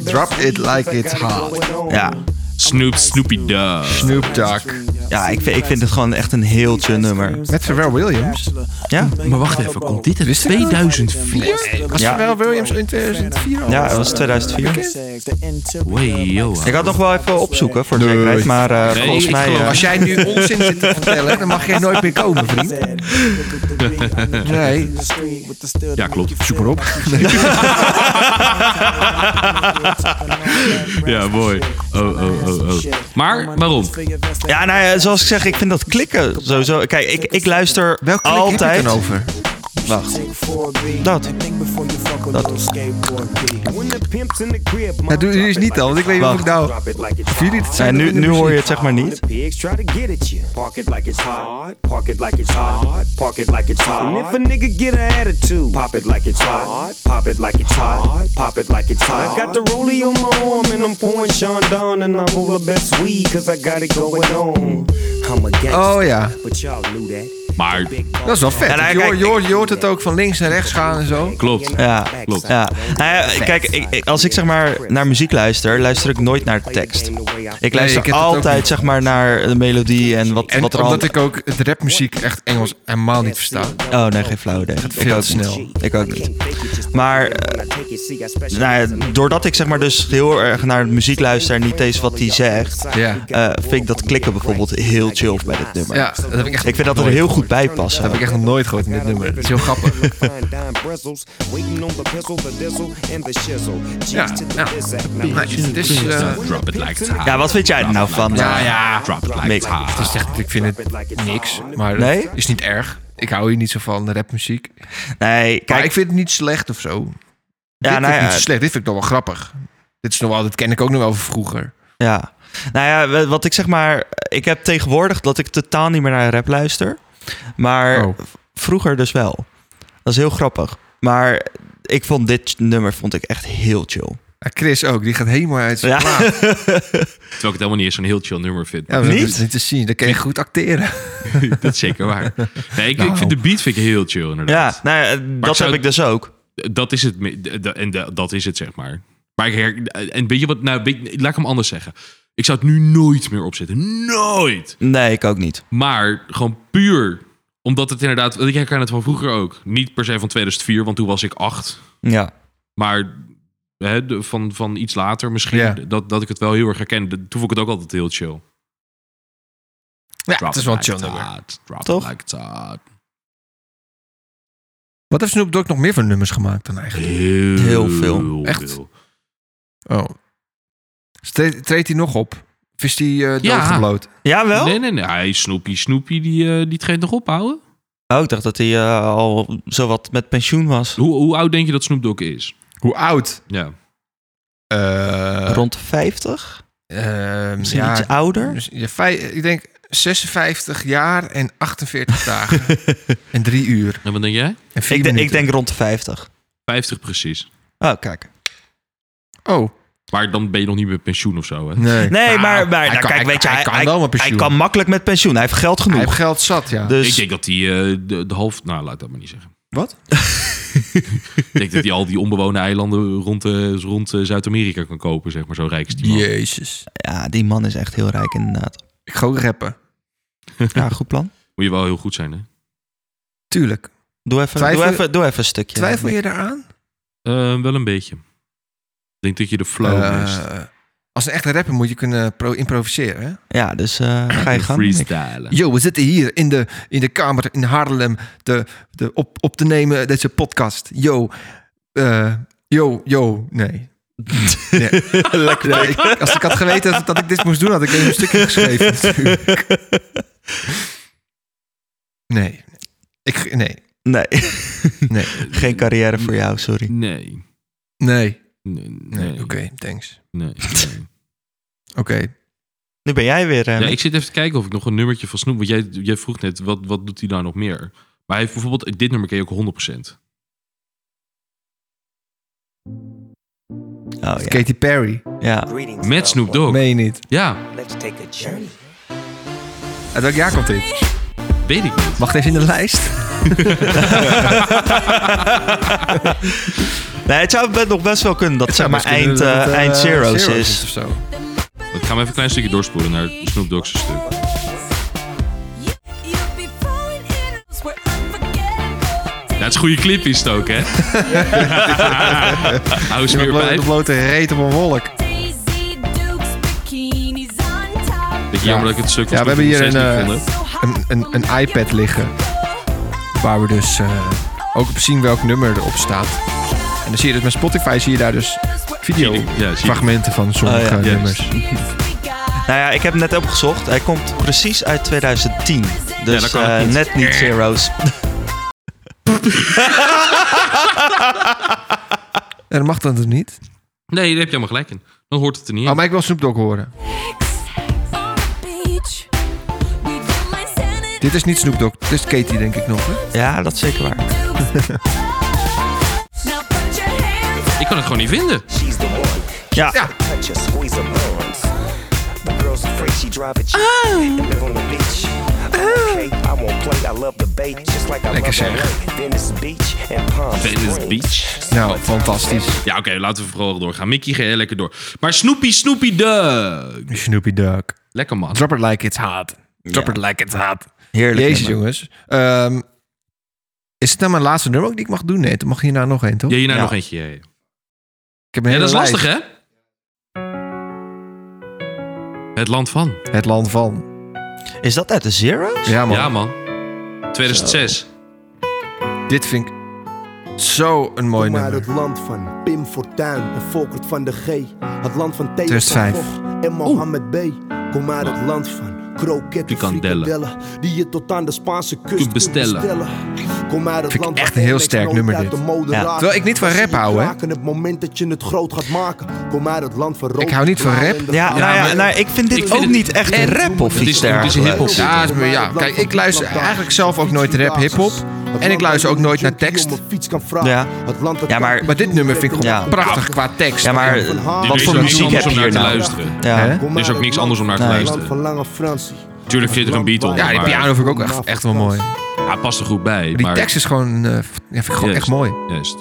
Drop it like it's hot.
Ja.
Snoop, Snoopy Dog.
Snoop Dogg.
Ja, ik vind, ik vind het gewoon echt een heel chill nummer.
Met Pharrell Williams.
Ja,
Maar wacht even, komt dit in
Wist ik dat?
2004?
Was
Ja.
Pharrell Williams in 2004 al?
ja, dat was 2004.
Way, yo.
Ik had nog wel even opzoeken voor de
Nee.
zekerheid, maar eh,
Nee,
volgens
ik
mij...
geloof-
eh,
Als jij nu onzin zit te vertellen, dan mag jij nooit meer komen, vriend. Nee.
Ja, klopt.
Super op.
Ja, mooi. Oh, oh, oh, oh. Maar, waarom?
ja, nou ja, zoals ik zeg, ik vind dat klikken sowieso... Kijk, ik, ik luister
Welk klik heb je het
altijd...
dan over?
Wacht. Dat.
Ja, doe doe eens niet dan, want ik weet niet of ik
Wacht.
nou... Of jullie het
Ja,
zijn
nu,
in de
nu hoor je het
muziek.
zeg maar niet.
Pigs try to get at you. Park it like it's hot. Park it like it's hot. Park it like it's hot. And if a nigga get an attitude, pop it like it's hot. Pop it like it's hot. Pop it like it's hot. I got the rollie on my arm and I'm pouring Sean Don and I'm all the best weed cause I got it going on. I'm a gangster,
Oh ja,
but y'all knew that.
Maar,
dat is wel vet.
Ja, nou,
je, hoort,
kijk,
je hoort- je hoort het ook van links naar rechts gaan en zo.
klopt.
Ja,
Klopt.
Ja. Nou ja, kijk, ik, ik- als ik zeg maar naar muziek luister, luister ik nooit naar de tekst. Ik luister
ik heb dat ook
altijd
niet.
zeg maar naar de melodie en wat,
En
wat er al...
omdat ik ook het rapmuziek echt Engels helemaal niet versta.
Oh nee, geen flauw idee. Ik
Veel
ook
te
niet.
snel.
Ik ook niet. Maar eh, nou ja, doordat ik zeg maar dus heel erg naar de muziek luister en niet eens wat hij zegt,
Ja.
eh, vind ik dat klikken bijvoorbeeld heel chill bij dit nummer.
Ja, dat heb ik echt,
Ik vind dat er heel goed bij past.
dat heb ik echt nog nooit gehoord in dit nummer. Het is heel grappig.
Ja, ja.
Nice. Het is, eh,
Drop it like it's hot.
Ja, wat vind jij er nou van?
ja, ja.
Drop it like it's
Mick.
hot. Dus
Het is echt, ik vind het niks, maar
Nee?
het is niet erg. Ik hou hier niet zo van, rapmuziek.
Nee,
Maar
kijk,
ik vind het niet slecht of zo.
ja,
dit
nou
vind ik
ja,
niet zo slecht, dit vind ik nog wel grappig. Dit is nog wel, dat ken ik ook nog wel van vroeger.
Ja. Nou ja, wa- wat ik zeg maar... Ik heb tegenwoordig dat ik totaal niet meer naar rap luister. Maar
Oh.
v- vroeger dus wel. Dat is heel grappig. Maar ik vond dit nummer vond ik echt heel chill.
Oké, Ja, Chris ook, die gaat helemaal uit zijn
Ja.
plaat. Ja,
Terwijl ik het helemaal niet eens zo'n heel chill nummer vind.
maar dat
Niet?
is niet te zien. Dan kan je goed acteren.
dat is zeker waar. Nee, ik, ik vind
Nou.
de beat vind ik heel chill inderdaad.
Ja, nou ja, dat
zou-
heb ik dus ook.
Dat is het. me- d- d- En d- dat is het, zeg maar. Maar ik her, en weet je wat? Nou, weet- laat ik hem anders zeggen. Ik zou het nu nooit meer opzetten. Nooit!
Nee, ik ook niet.
Maar gewoon puur omdat het inderdaad. want Ik herken het van vroeger ook. Niet per se van 2004, want toen was ik acht.
Ja.
Maar hè, de- van, van iets later misschien.
Ja.
Dat, dat ik het wel heel erg herkende. Toen vond ik het ook altijd heel chill.
Ja,
Drop
het is wel een
like
chill nummer.
that, Drop it
Toch?
like that.
Wat heeft Snoop Dogg nog meer voor nummers gemaakt dan eigenlijk?
Heel,
Heel veel.
Echt? Oh. Stre- Treedt hij nog op? Of is hij
Ja.
eh doodgebloot?
Jawel?
Nee, nee, nee. Hij Snoopy, Snoopy, die, eh, die treedt nog ophouden.
Oh, ik dacht dat hij eh, al zowat met pensioen was.
Hoe, hoe oud denk je dat Snoop Dogg is?
Hoe oud?
Ja.
Eh,
Rond 50?
ehm,
Misschien
ja,
iets ouder?
dus- ja, vij- ik denk 56 jaar en 48 dagen. en drie uur.
En wat denk jij?
En vier
Ik, denk- ik
minuten.
denk rond de 50.
50 precies.
Oh, kijk.
Oh,
Maar dan ben je nog niet met pensioen of zo, hè?
nee.
Nee,
Nou,
maar, maar
hij
nou,
kan-
kijk,
hij-
weet je,
hij
hij,
kan
hij-
wel met
hij
pensioen.
kan makkelijk met pensioen. Hij heeft geld
Hij heeft
genoeg.
geld zat, ja.
Dus
Ik denk dat hij eh, de, de half... Nou, laat dat maar niet zeggen.
Wat?
Ik denk dat hij al die onbewoonde eilanden rond, eh, rond eh, Zuid-Amerika kan kopen, zeg maar. Zo rijk is die man.
Jezus.
ja, die man is echt heel rijk inderdaad.
Ik ga ook rappen.
Ja, goed plan.
Moet je wel heel goed zijn, hè?
Tuurlijk.
Doe even,
Twijfel-
doe even, doe even een stukje.
Twijfel je daaraan?
Eh, wel een beetje. Ik denk dat je de flow
Eh,
mist.
als een echte rapper moet je kunnen pro- improviseren, hè?
Ja, dus eh, ga je
De
gang. Nick.
Freestylen.
Yo, we zitten hier in de, in de kamer in Haarlem de, de op, op te nemen deze podcast. Yo, eh, yo, yo, nee. nee. Nee, ik- als ik had geweten dat, dat ik dit moest doen, had ik even een stukje geschreven. natuurlijk. Nee. Ik, nee,
Nee,
nee,
geen carrière voor jou, sorry.
Nee.
nee.
Nee. Nee.
Nee, oké, thanks.
nee, nee.
Oké.
Nu ben jij weer... eh,
Ja,
Mick.
ik zit even te kijken of ik nog een nummertje van Snoep... Want jij, jij vroeg net, wat, wat doet hij nou nog meer? Maar hij heeft bijvoorbeeld... Dit nummer ken je ook 100%.
Oh, ja.
Katy Perry.
ja.
Met Snoop Dogg.
Meen je niet.
Ja,
Let's take a journey.
Uit Eh, welk jaar komt dit?
weet ik niet.
Mag het even in de lijst?
Nee, het zou be- nog best wel kunnen dat zeg maar
Misschien
eind,
dat
eh,
het, eh,
eind zeros,
of
is.
zo.
Ik ga hem even een klein stukje doorspoelen naar Snoop Dogg's stuk. Ja, het is een goede clip is het ook, hè? Hou eens
De
meer bij.
blote, de blote reet op een wolk.
Beetje jammer dat ik het stuk van
Ja, we
Snoop
hebben
nog
hier
steeds
een, eh,
niet vond,
een, een, een iPad liggen. Waar we dus eh, ook op zien welk nummer erop staat. En dan zie je dus met Spotify zie je daar dus video
Zie je- ja, zie je- Ah,
fragmenten van sommige
Oh,
ja.
nummers.
Nou ja, ik heb hem net opgezocht. Hij komt precies uit 2010. Dus
dan kan het
eh,
niet.
net niet zeros.
En dat mag dan toch niet?
hè? Nee, daar heb je helemaal gelijk in. Dan hoort het er niet in.
Oh, maar ik wil Snoop Dogg horen. Dit is niet Snoop Dogg. Dit is Katie denk ik nog. Hè?
Ja, dat is zeker waar.
Ik kan het gewoon niet vinden.
She's the one.
Ja,
Ja.
Touch her, squeeze her bones. The girl's afraid she drive a Jeep and live on the beach. Okay, I won't play. I love the bay just like I
Lekker
love
zeg.
LA. Venice Beach and Palm
Venice
Springs.
Beach.
Nou, fantastisch.
Ja, oké, laten we vooral doorgaan. Mickey, ga heel lekker door. Maar Snoopy, Snoopy Dog.
Snoopy Dogg.
Lekker man.
Drop it like it's hot. Drop it like it's hot.
heerlijk.
Jezus
nummer.
jongens. Ehm, is het nou mijn laatste nummer ook die ik mag doen? Nee, dan mag je hierna nog één, toch?
Ja, hierna
Ja.
nog eentje. Ja, ja.
Ik heb een
Ja,
hele
dat is
lijst.
lastig, hè? Het land van.
Het land van.
Is dat uit de zeros?
Ja man.
Ja, man. 2006.
Dit vind ik zo een mooi
Kom
nummer.
uit het land van Pim Fortuyn en Volkert van de G. Het land van Theo van
2005.
Gogh en Mohammed B. Kom uit het land van kroketten,
Frikandellen.
frikandellen. Die je tot aan de Spaanse kust kunt
bestellen.
bestellen. Kom uit het
Vind ik
land
echt
van
een heel
Rolex,
sterk
nooit
nummer
uit
dit.
de mode
Ja.
raken.
Terwijl ik niet van
Als je
rap
je
hou, hè.
kraken, Het moment dat je het groot gaat maken. Kom uit het land van rood.
Ik hou niet van
blauw
rap.
en de
Ja,
groene.
nou ja,
maar-
nou, ik vind dit
Ik vind
ook
het-
niet echt
Nee,
rap of
het is-
iets
het is
dergelijks.
hiphop.
Ja, is me- ja, kijk, ik luister eigenlijk zelf ook nooit rap, hip-hop.
Het
En ik
land
luister
waar
ook nooit
je
naar
een junkie
tekst.
om een fiets kan vragen.
Ja.
Het land dat
Ja, maar-
kan-
Maar dit nummer vind ik gewoon
Ja.
prachtig qua tekst.
Ja, maar eh,
Er
wat
is
voor
ook niks
muziek heb
anders
je
om naar
hier
te
nou?
luisteren.
Ja.
Er is ook niks anders om naar te
Nee.
Land
luisteren.
van lange Fransie.
Tuurlijk vindt er een beat op.
Ja, die
maar
piano vind ik ook echt, echt wel mooi. Maar
hij past er goed bij.
die
maar-
tekst is gewoon, eh, ja, vind ik gewoon
Juist.
echt mooi.
Juist.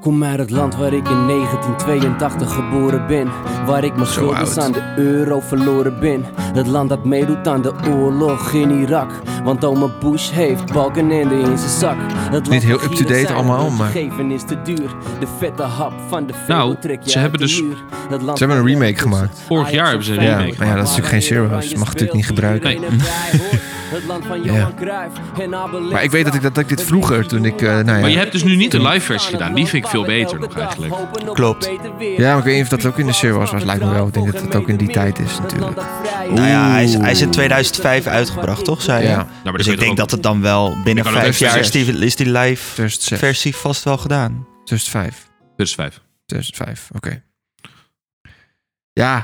Kom uit het land waar ik in 1982 geboren ben. Waar ik mijn
oud.
schulden aan de euro verloren ben. Het land dat meedoet aan de oorlog in Irak. Want oma Bush heeft balkenende in zijn zak. Het
Niet
land
heel
van
up-to-date
Gieren zijn
allemaal, maar-
gegeven is te duur. De vette hap van de
Nou,
vogel trek je
ze
uit
hebben
de
dus-
muur. Het land
Ze hebben een
van-
remake gemaakt.
Vorig jaar hebben ze een
Ja,
remake
maar
ja, dat is natuurlijk geen Zero's. Dat mag natuurlijk niet gebruiken.
Nee.
Het land van
Ja.
Johan Cruijff en Abel
Maar ik weet dat ik, dat ik dit vroeger, toen ik, eh, nou ja.
Maar je hebt dus nu niet de live versie gedaan. Die vind ik veel beter nog eigenlijk.
Klopt.
Ja, maar ik weet niet of dat ook in de serie was, maar het lijkt me wel. Ik denk dat dat ook in die tijd is natuurlijk.
Nou ja, hij is, hij is in 2005 uitgebracht, toch? Zei je?
Ja. Nou,
maar
dus
dan
ik
kun je
denk
toch
dat het dan wel binnen
Dan kan het
vijf
best
jaar is
zes.
die, is die live
2006,
versie vast wel gedaan.
2005,
2005.
2005, oké. Ja,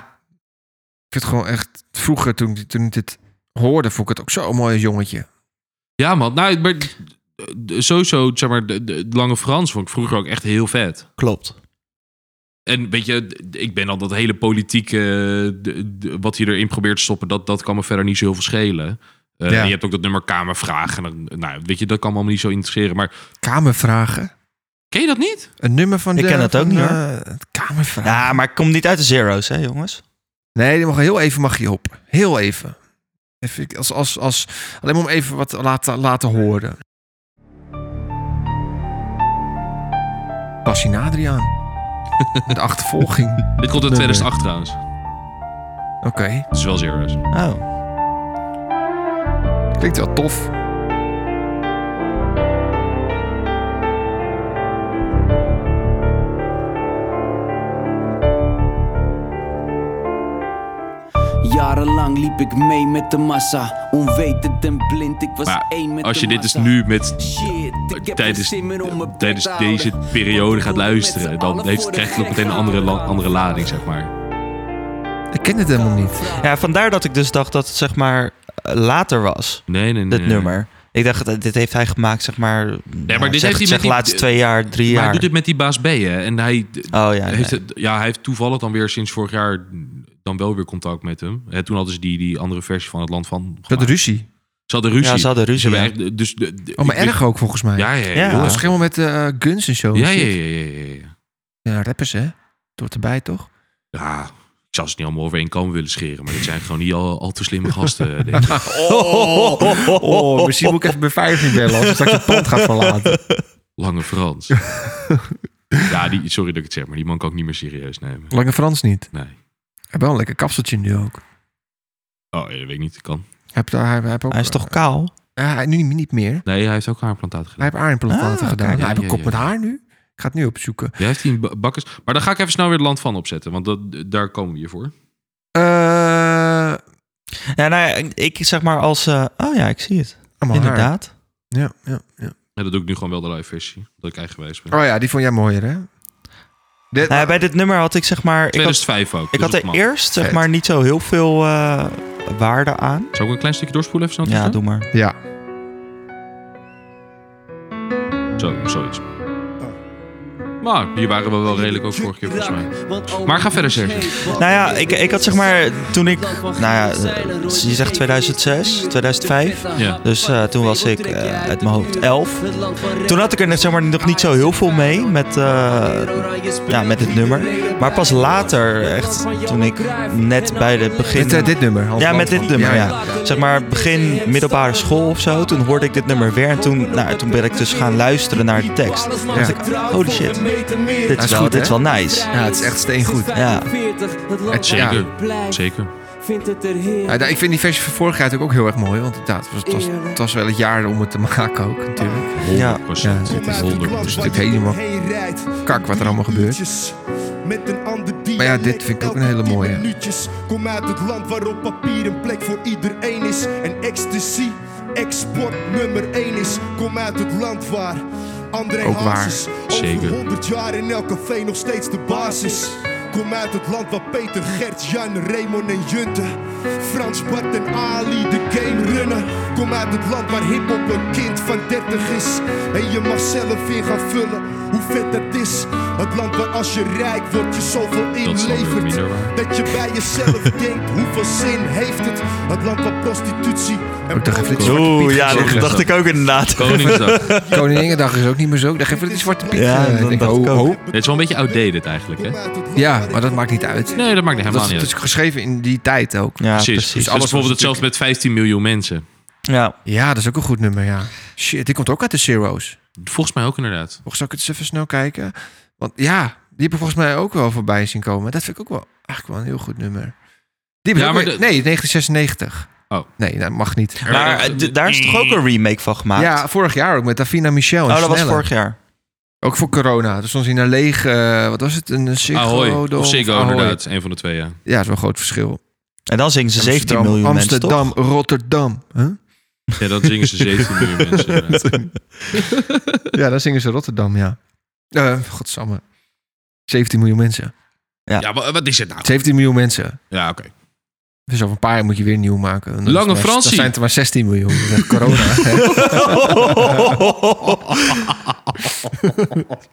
ik vind het gewoon echt... Vroeger, toen, ik- toen ik dit hoorde, vond ik het ook zo'n mooi als jongetje.
Ja, man. Nou, maar, sowieso, zeg maar, de, de Lange Frans vond ik vroeger ook echt heel vet.
Klopt.
En weet je, d- ik ben al dat hele politieke, eh, d- d- wat hij erin probeert te stoppen, dat, dat kan me verder niet zo heel veel schelen. Eh,
Ja.
Je hebt ook dat nummer Kamervragen. En dan- Nou, weet je, dat kan me allemaal niet zo interesseren. Maar
Kamervragen.
ken je dat niet?
Een nummer van
Ik
de...
ken dat ook
van,
niet, hoor.
eh, Kamervragen.
Ja, maar ik kom niet uit de zero's, hè, jongens?
Nee, die mag heel even mag je hoppen. Heel even. even als, als, als, alleen maar om even wat te laten, laten horen. Bassin Adriaan. Met achtervolging.
Dit komt uit 2008 trouwens.
Oké.
Het is wel zero's.
Oh.
Klinkt wel tof.
Jarenlang liep ik mee met de massa. Onwetend en blind, ik was
Maar
één met
als je
de
dit dus
massa.
nu met
Shit, ik heb
tijdens-
geen zin meer om mijn
tijdens
bek te houden.
deze periode gaat
Met
luisteren,
z'n
dan
allen
heeft,
voor de
krijgt het ook
gek
meteen een andere, la-
gehouden.
andere lading, zeg maar.
Ik ken het helemaal niet.
Ja, vandaar dat ik dus dacht dat het zeg maar eh, later was,
Nee, nee, nee.
dit
nee.
nummer. Ik dacht, eh, dit heeft hij gemaakt, zeg maar. Nee,
dit heeft hij met
zeg,
die-
laatste twee jaar, drie
Maar
jaar.
hij doet dit met die baas B, hè? En hij, d-
Oh ja.
heeft,
nee.
het, ja, hij heeft toevallig dan weer sinds vorig jaar dan wel weer contact met hem. Hè, toen hadden ze die, die andere versie van het land van.
Dat
gemaakt.
ruzie.
Ze hadden ruzie.
Ja, ze hadden
Ze
ruzie.
hebben
ja.
echt, dus de, de-
Oh, maar
ik-
erg ook volgens mij.
Ja, ja, ja.
Ja.
Dat
joh.
was helemaal met eh, guns en zo.
Ja, ja,
shit.
ja, ja, ja, ja.
Ja, rappers hè. Door erbij toch?
Ja, Ik zou ze niet allemaal over één kam willen scheren, maar dit zijn gewoon niet al, al te slimme gasten. Denk ik.
Oh, misschien moet ik even beveiliging bellen als ik straks het pand gaat verlaten.
Lange Frans. ja, die, sorry dat ik het zeg, maar die man kan ik niet meer serieus nemen.
Lange Frans niet.
Nee.
Hij heeft wel een lekker kapseltje nu ook. Hij
Oh, ja, dat weet ik niet, dat kan.
heeft, daar- hij heeft ook,
Hij is toch kaal?
eh, hij- nu niet- niet meer.
Nee, hij heeft ook haarplantaat
Hij
gedaan.
heeft aarimplantaten
Ah,
gedaan.
kijk.
hij
Ja,
heeft een
ja,
kop met haar nu. Ik ga het nu opzoeken.
Jij heeft die ba- bakkers. Maar dan ga ik even snel weer het land van opzetten, want dat, daar komen we hier voor.
Eh,
Ja, nou ja, ik- ik zeg maar als... eh, oh ja, ik zie het.
allemaal haar.
Inderdaad.
Ja, ja, ja.
Ja, dat doe ik nu gewoon wel de live versie, dat ik eigenwijs ben.
Oh ja, die vond jij mooier, hè? Dit,
Nou ja, bij dit nummer had ik zeg maar... Ik had,
2005 ook.
ik
dus
had
dat
er
mag.
eerst zeg
Vet.
maar niet zo heel veel eh, waarde aan.
Zou ik een klein stukje doorspoelen even? snel
Ja,
tussen?
doe maar.
Ja.
Zo, zoiets. Maar hier waren we wel redelijk ook vorige keer volgens mij. Maar ga verder, Serge.
Nou ja, ik, ik had zeg maar toen ik... Nou ja, eh, je zegt 2006, 2005.
Ja.
Dus eh, toen was ik eh, uit mijn hoofd 11. Toen had ik er net, zeg maar, nog niet zo heel veel mee met, eh, ja, met het nummer. Maar pas later, echt toen ik net bij de begin...
Dit, eh, dit nummer. Hans
Ja, met
Landman.
dit nummer, ja.
ja.
Zeg maar begin middelbare school of zo. Toen hoorde ik dit nummer weer. En toen, nou, toen ben ik dus gaan luisteren naar de tekst. Toen dacht ik, holy shit. Dit
is
is, wel,
goed,
dit is
hè?
wel nice.
Ja, het is echt steengoed.
Ja.
Het
Ja.
Zeker, zeker.
Vindt het er heerlijk.
Ja, nou, ik vind die versie van vorig jaar natuurlijk ook heel erg mooi. Want ja, het, was, het, was, het was wel het jaar om het te maken ook, natuurlijk.
100%.
Ja.
Ja, dit is de
100%.
klap
is
waar
natuurlijk
je
helemaal
doorheen rijdt.
Kak wat er allemaal gebeurt.
Met een ander
Maar ja, dit vind ik ook een hele
dialect,
mooie.
elke minuutjes. Kom uit het land waarop papier een plek voor iedereen is. En ecstasy, export nummer 1 is. Kom uit het land waar André
Ook waar,
Hazes over
zeker.
100 jaar in elk café nog steeds de basis. Kom uit het land waar Peter, Gert, Jan, Raymond en Junte Frans, Bart en Ali de game runnen Kom uit het land waar hiphop een kind van 30 is En je mag zelf in gaan vullen hoe vet dat is Het land waar als je rijk wordt je zoveel
Dat is dan weer
inlevert
minder waar.
Dat je bij jezelf denkt hoeveel zin heeft het Het land waar prostitutie en
Ik dacht even, dit is
porno-
Zwarte
Oeh,
Piet
ja, dat
gezegd,
dacht
hè?
ik ook inderdaad.
Koningsdag.
Koninginnedag is ook niet meer zo. Dan geven we die zwarte piet.
Ja,
eh,
dan
denk ik,
dacht ik
ho,
ook.
ho.
Het is wel een beetje outdated eigenlijk, hè?
Kom uit het land
Ja,
waar
maar dat maakt niet uit.
Nee, dat maakt niet helemaal
dat
niet
is, dat
uit.
is geschreven in die tijd ook.
Ja,
Precies.
precies.
Dus
alles
bijvoorbeeld
was
hetzelfde met 15 miljoen mensen.
Ja.
Ja, dat is ook een goed nummer, ja. Shit, die komt ook uit de Zero's.
Volgens mij ook inderdaad.
Volgens zou ik het eens even snel kijken. Want ja, die heb ik volgens mij ook wel voorbij zien komen. Dat vind ik ook wel eigenlijk wel een heel goed nummer. Die
Ja,
ja,
maar
maar
de-
Nee, 1996.
Oh.
Nee, dat mag niet.
Maar
Maar eh,
dat-
d- daar is toch ook een remake van gemaakt?
Ja, vorig jaar ook met Davina Michel. En
oh, dat was
Snelle.
vorig jaar.
Ook voor corona. Toen stond ze in een leeg, eh, wat was het? Een Ziggo.
Ahoy. Of
Dome
Ziggo,
Ahoy.
inderdaad. Een van de twee, ja.
Ja, dat is wel een groot verschil.
En dan zingen ze 17
Amsterdam,
miljoen
Amsterdam,
mensen,
Rotterdam. Huh?
Ja, dan zingen ze 17 miljoen mensen. eh. inderdaad.
Ja, dan zingen ze Rotterdam, ja. Eh godsamme. 17 miljoen mensen.
Ja, maar wat is het nou?
17 miljoen mensen.
Ja, oké.
Dus over een paar jaar moet je weer een nieuw maken. En dan
Lange
is het maar-
Fransie.
Dan zijn het er maar 16 miljoen. Dat is echt corona.
toch?
Dat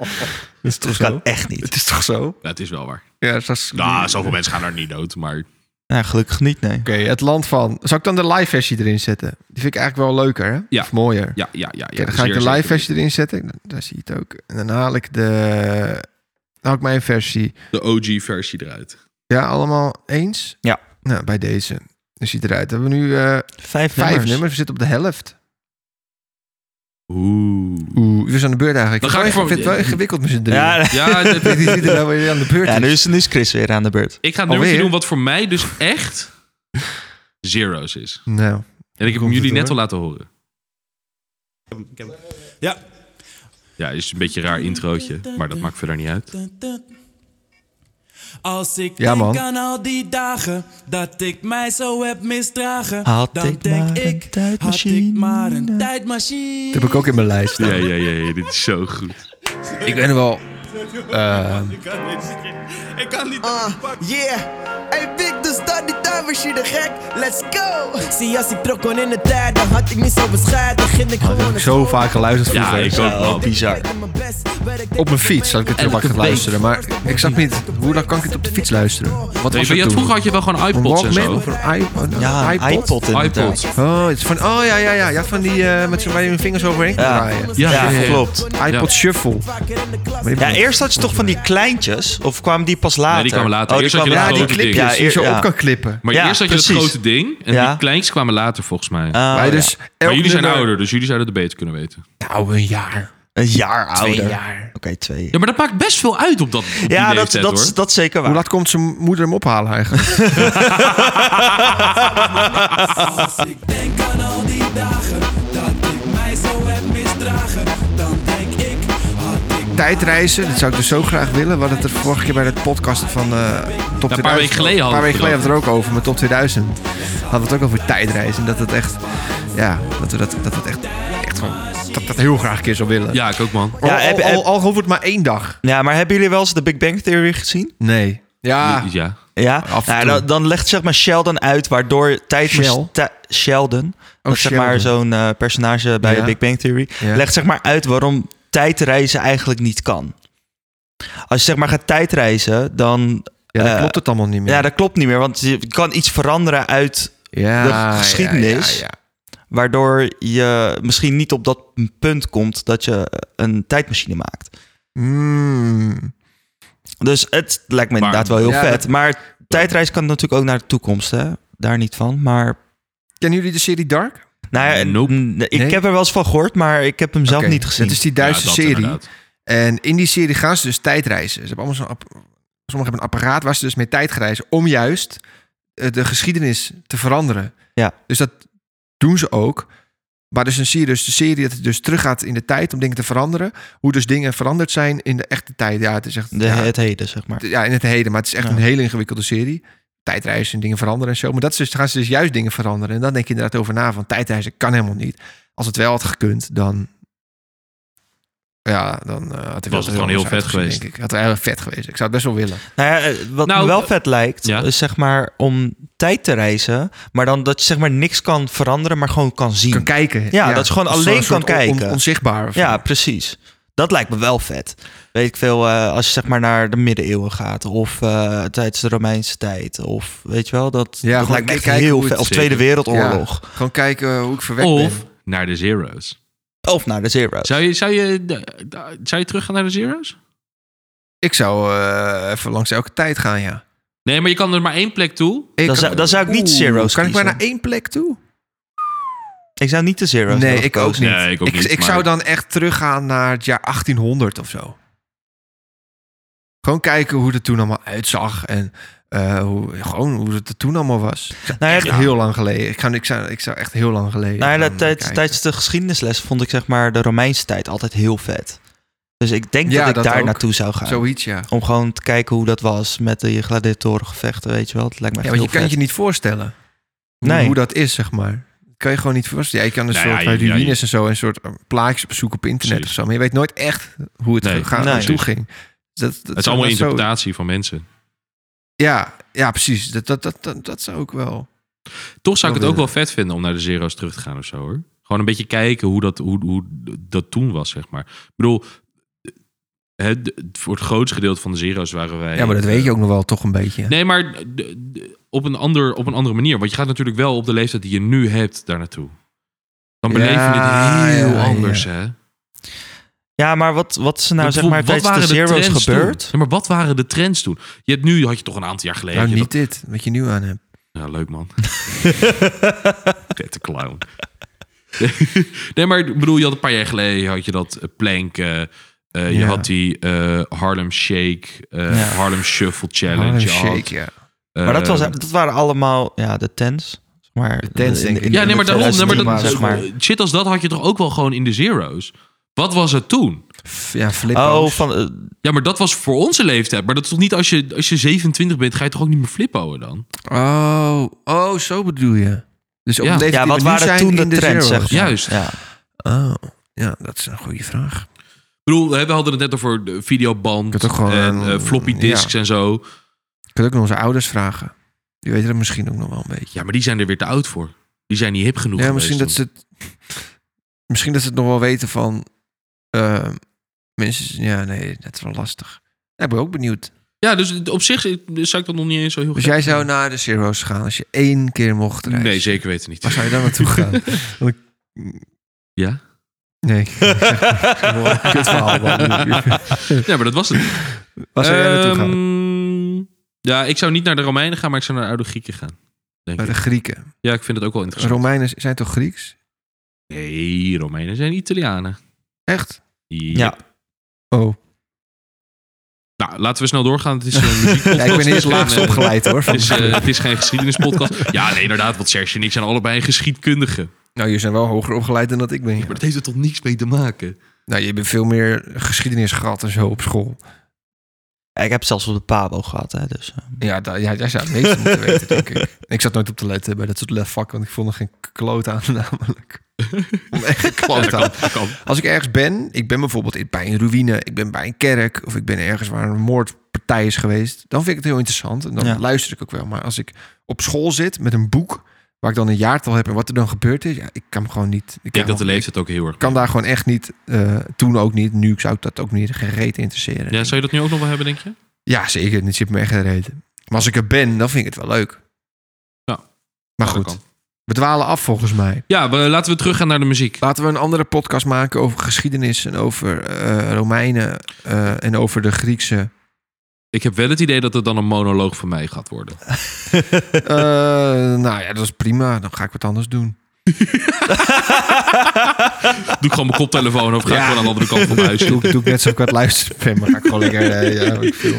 is toch
dat kan
zo?
echt niet.
Het is toch zo?
Dat is wel waar.
Ja, het was...
Nou, zoveel mensen gaan daar niet dood, maar...
Ja, Nou, gelukkig niet, nee.
Oké, het land van... Zal ik dan de live versie erin zetten? Die vind ik eigenlijk wel leuker, hè?
Ja.
Of mooier.
Ja, ja, ja. ja
Oké, dan ga ik
zeer
de live
zeker.
versie erin zetten. Dan- Daar zie je het ook. En dan haal ik de... Dan haal ik mijn versie.
De OG-versie eruit.
Ja, allemaal eens?
Ja.
Nou, bij deze. Dus ziet eruit. Dan hebben we nu eh,
Vijf,
vijf
nummers.
nummers. We zitten op de helft.
Oeh.
Oeh, wie is aan de beurt eigenlijk?
Dan
Ik
ga
vind
ik voor-
het wel- ik vind het wel ingewikkeld met z'n drieën.
Ja,
Ja,
Ja, dat-
die zitten nou weer aan de beurt.
ja
is.
nu, is, nu is Chris weer aan de beurt.
ik ga een nummertje
Alweer?
doen wat voor mij dus echt zeros is.
Nou,
En ik heb hem
Komt
jullie
het
net al
door?
laten horen.
Ja.
Ja, is een beetje een raar introotje, maar dat maakt verder niet uit.
Als ik
Ja,
denk
man.
aan al die dagen dat ik mij zo heb misdragen,
Had
dan
ik
denk
maar een
ik, had ik
tijdmachine.
maar een tijdmachine.
dat heb ik ook in mijn lijst.
Ja, ja, ja, ja, dit is zo goed.
Ik ben er wel...
Yeah, hey Vic, dus start die tijdmachine gek, let's go! Zie als ik trok kon in de tijd, dan had ik niet zo bescheiden, ging ik
Dat heb
gewoon
ik zo vaak geluisterd
Ja,
vroeger.
ik ook wel.
Bizar.
Oh, Op mijn fiets had ik het heel vaak luisteren. Maar ik snap niet, hoe dan kan ik het op de fiets luisteren? Wat
Nee,
was
maar je
het
had,
toen?
vroeger had je wel gewoon
Een
iPods en
Walkman
zo.
of een iPod?
Ja,
iPod?
iPod, inderdaad.
iPods.
Oh, het is van, oh ja, ja, ja. Ja, van die eh, met z'n waar je je vingers overheen kan
Ja.
draaien.
Ja,
Ja, ja, ja.
klopt.
iPod Shuffle.
Ja, eerst had je toch van die kleintjes? Of kwamen die pas later?
Nee, die kwamen later.
Oh, die
Eerst had
kwamen
je Oh,
Ja,
dat
later.
die
grote ding.
clipjes die je zo
Ja, eer- ja. Oh,
op kan klippen.
Maar
Ja,
eerst had je dat
precies.
grote ding en
Ja.
die kleins kwamen later volgens mij.
Ah,
Wij
ja.
dus
maar
elk
jullie zijn
nummer-
ouder, dus jullie zouden het beter kunnen weten.
Nou, een jaar.
Een jaar ouder.
jaar.
Oké, twee.
Ja, maar dat maakt best veel uit op dat op die
Ja, dat,
leeftijd,
dat,
hoor.
is- dat is zeker waar.
Hoe laat komt zijn moeder hem ophalen eigenlijk?
Als ik denk aan al die dagen dat ik mij zo heb misdragen, dan denk ik, had ik
Tijdreizen, dat zou ik dus zo graag willen. We hadden het er vorige keer bij het podcast van eh Top 2000.
een paar weken geleden hadden
Een paar
we
weken
het
geleden hadden we het er ook over, maar Top 2000. Hadden we het ook over tijdreizen. Dat het echt, ja, dat we dat, dat het echt, echt gewoon, dat ik dat heel graag een keer zou willen.
Ja, ik ook man.
Al,
Ja, heb-
al, al, al hoeft het maar één dag.
Ja, maar hebben jullie wel eens de Big Bang Theory gezien?
Nee. Ja,
Ah,
Ja.
Ja,
Af en
nou,
toe.
dan, dan legt zeg maar Sheldon uit waardoor tijd...
Shell? Oh,
ta- Sheldon. dat is zeg
Sheldon.
maar zo'n eh, personage bij
Ja.
de Big Bang Theory.
Ja.
Legt zeg maar uit waarom tijdreizen eigenlijk niet kan. Als je zeg maar gaat tijdreizen, dan...
ja dan
eh,
klopt het allemaal niet meer.
Ja, dat klopt niet meer. Want je kan iets veranderen uit...
Ja,
de
ja,
geschiedenis.
ja, ja.
Waardoor je misschien niet op dat punt komt dat je een tijdmachine maakt.
Mm.
Dus het lijkt me
Maar-
inderdaad wel heel
Ja,
vet. Maar tijdreis kan natuurlijk ook naar de toekomst, hè? Daar niet van. Maar
Kennen jullie de serie Dark?
nou ja,
Nope.
n- ik
Nee.
heb er wel eens van gehoord, maar ik heb hem zelf
Oké,
niet gezien.
Het is die
Ja,
Duitse
dat
serie.
inderdaad.
En in die serie gaan ze dus tijdreizen. Ze hebben allemaal zo'n app- Sommigen hebben een apparaat waar ze dus mee tijd gaan reizen om juist eh, de geschiedenis te veranderen.
Ja.
Dus dat doen ze ook. Maar dus dan zie je dus de serie dat het dus teruggaat in de tijd om dingen te veranderen. Hoe dus dingen veranderd zijn in de echte tijd. Ja, het is echt
De,
ja,
Het heden, zeg maar.
het- eh, ja, in het heden, maar het is echt
Ja.
een hele ingewikkelde serie. Tijdreizen en dingen veranderen en zo. Maar dat is dus, dan gaan ze dus juist dingen veranderen. En dan denk je inderdaad over na van tijdreizen kan helemaal niet. Als het wel had gekund, dan Ja, dan eh, had hij wel
het gewoon heel
anders
vet
uitgezien,
geweest.
Denk ik. Had hij heel vet geweest. Ik zou het best wel willen.
Nou ja, eh, wat
Nou,
me wel
eh,
vet lijkt,
ja.
is zeg maar om tijd te reizen, maar dan dat je zeg maar niks kan veranderen, maar gewoon kan zien.
Kan kijken.
ja, dat je gewoon
Zo'n
alleen kan
soort on- on-
kijken.
onzichtbaar. of zo.
ja, precies. Dat lijkt me wel vet. Weet ik veel, eh, als je zeg maar naar de middeleeuwen gaat, of eh, tijdens de Romeinse tijd, of weet je wel, dat,
Ja,
dat
gewoon
lijkt me echt
kijken
heel
hoe het
vet. Of
zit.
Tweede Wereldoorlog,
Ja, gewoon kijken eh, hoe ik verwekt
Of
ben.
naar de Zero's.
of naar de Zero.
Zou je, zou, je, d- d- zou je teruggaan naar de Zero's?
Ik zou eh, even langs elke tijd gaan, ja.
Nee, maar je kan er maar één plek toe.
Ik
Dan
kan-
zou, dan zou ik niet
Oeh,
Zero's
Kan ik maar
kiezen.
naar één plek toe?
Ik zou niet de Zero's
nee,
hebben
ik ook
gekozen.
niet.
Nee, ik ook
ik,
niet,
ik
maar-
zou dan echt teruggaan naar het jaar 1800 of zo. Gewoon kijken hoe het er toen allemaal uitzag. En eh, hoe, gewoon hoe het er toen allemaal was. Ik zou
Nou ja,
echt
dat-
heel lang geleden. Ik, ga, ik, zou, ik zou echt heel lang geleden.
Nou ja,
gaan
dat tijd,
kijken.
tijdens de geschiedenisles vond ik zeg maar de Romeinse tijd altijd heel vet. Dus ik denk
Ja,
dat ik
dat
daar
ook.
naartoe zou gaan.
Zoiets, ja.
Om gewoon te kijken hoe dat was met de gladiatorengevechten, weet je wel. Het lijkt me
Ja,
echt
want je
heel
kan het
vet.
je niet voorstellen. Hoe,
Nee.
hoe dat is, zeg maar. Kan je gewoon niet voorstellen. Ja, je kan een
Nou ja,
soort
je- ja,
ruïnes
je-
en zo, een soort eh, plaatjes opzoeken op internet
Precies.
of zo. Maar je weet nooit echt hoe het
Nee,
gaan,
nee.
naartoe ging. Dus Dat, dat
Het is allemaal
dat zou-
interpretatie van mensen.
Ja, ja, precies. Dat, dat, dat, dat, dat zou ook wel.
Toch zou ik het
Wel
ook wel vet vinden om naar de zero's terug te gaan of zo hoor. Gewoon een beetje kijken hoe dat, hoe, hoe dat toen was, zeg maar. Ik bedoel, hè, d- voor het grootste gedeelte van de zero's waren wij...
Ja, maar dat weet je ook nog wel toch een beetje.
Nee, maar d- d- op, een ander, op een andere manier. Want je gaat natuurlijk wel op de leeftijd die je nu hebt daar naartoe. Dan beleef
Ja,
je het heel
ja,
anders, hè.
Ja, maar wat, wat is er nou zeg maar
Bijvoorbeeld,
tijdens de Zero's
trends toen?
gebeurd?
Ja, maar wat waren de trends toen? Je hebt nu, had je toch een aantal jaar geleden... had
nou,
je
niet dit, wat je nu aan hebt.
Ja, leuk man. Vette clown. nee, maar ik bedoel, je had een paar jaar geleden had je dat eh, plank. eh, eh, Je
Ja.
had die eh, Harlem Shake, eh,
Ja.
Harlem Shuffle Challenge.
Ah,
je
een
had,
shake, ja.
eh,
maar dat, was, dat waren allemaal ja, de tents. zeg Maar, de
tents, denk ik.
ja, nee, maar daarom. Nee, maar dat,
zeg maar.
Shit als dat had je toch ook wel gewoon in de zeros? Wat was het toen?
F- Ja, flippo's.
Oh, van, eh,
Ja, maar dat was voor onze leeftijd. Maar dat is toch niet als je, als je 27 bent, ga je toch ook niet meer flippoen dan?
oh, oh, zo bedoel je. Dus op
Ja.
de leeftijd
ja,
die we
wat
nu
waren
zijn
toen de
in
trends, zeg
zero's.
maar.
Juist.
Ja.
Oh, ja, dat is een goede vraag.
Ik bedoel, hè, we hadden het net over de videoband
Ik had toch gewoon
en
een-
eh, floppy disks en zo.
Ik kan ook nog onze ouders vragen. Die weten dat misschien ook nog wel een beetje.
Ja, maar die zijn er weer te oud voor. Die zijn niet hip genoeg.
Ja,
geweest
misschien dat,
toen.
ze het, misschien dat ze het nog wel weten van eh, mensen. Ja, nee, dat is wel lastig. Ja, ik ben ook benieuwd.
Ja, dus op zich zou ik dat nog niet eens zo heel
Dus
gek
jij zou
vinden.
naar de Zero's gaan als je één keer mocht reizen.
Nee, zeker weten niet.
Waar zou je dan naartoe gaan?
Ja?
Nee. Kut verhaal, man.
Ja, maar dat was het.
Waar zou jij naartoe gaan?
Ehm, Ja, ik zou niet naar de Romeinen gaan, maar ik zou naar de oude Grieken gaan. Denk
Naar de
ik.
Grieken.
Ja, ik vind dat ook wel interessant.
Romeinen zijn toch Grieks?
nee, Romeinen zijn Italianen.
Echt?
Ja.
ja.
Oh.
Nou, laten we snel doorgaan. Het is een muziek.
Ja, ik ben eerst laagst opgeleid hoor.
Het is, eh, het is geen geschiedenispodcast. Ja, nee, inderdaad. Want Serge en ik zijn allebei geschiedkundigen.
Nou, je zijn wel hoger opgeleid dan dat ik ben. ja.
Maar dat heeft er toch niks mee te maken?
Nou, je hebt veel meer geschiedenis gehad en zo op school.
Ja, Ik heb zelfs op de Pabo gehad, hè, dus... eh.
Ja, daar, ja, jij zou het meeste moeten weten, denk ik. Ik zat nooit op te letten bij dat soort lef vak, want ik vond er geen k- kloot aan namelijk. Ik vond er echt geen kloot aan.
Kan.
Als ik ergens ben, ik ben bijvoorbeeld in- bij een ruïne, ik ben bij een kerk... of ik ben ergens waar een moordpartij is geweest... dan vind ik het heel interessant en dan
Ja.
luister ik ook wel. Maar als ik op school zit met een boek waar ik dan een jaartal heb... en wat er dan gebeurd is, ja, ik kan hem gewoon niet...
Ik denk dat de
leeftijd
leeftijd ook heel erg.
kan daar gewoon echt niet, eh, toen ook niet, nu zou ik dat ook niet geen reet interesseren.
Ja, zou je dat nu ook nog wel hebben, denk je?
Ja, zeker. Dit zit me echt geen reet. Maar als ik er ben, dan vind ik het wel leuk.
Ja.
Maar
Ja, dat
goed,
kan.
we dwalen af volgens mij.
Ja, we, laten we teruggaan naar de muziek.
Laten we een andere podcast maken over geschiedenis en over eh, Romeinen eh, en over de Griekse.
Ik heb wel het idee dat het dan een monoloog van mij gaat worden.
Eh, nou ja, dat is prima. Dan ga ik wat anders doen.
Doe ik gewoon mijn koptelefoon of ga ik
Ja.
gewoon aan de andere kant van mijn huis toe?
Doe, doe ik net zo ik aan het luisteren ben, maar ga ik gewoon lekker... eh, ja, weet ik veel.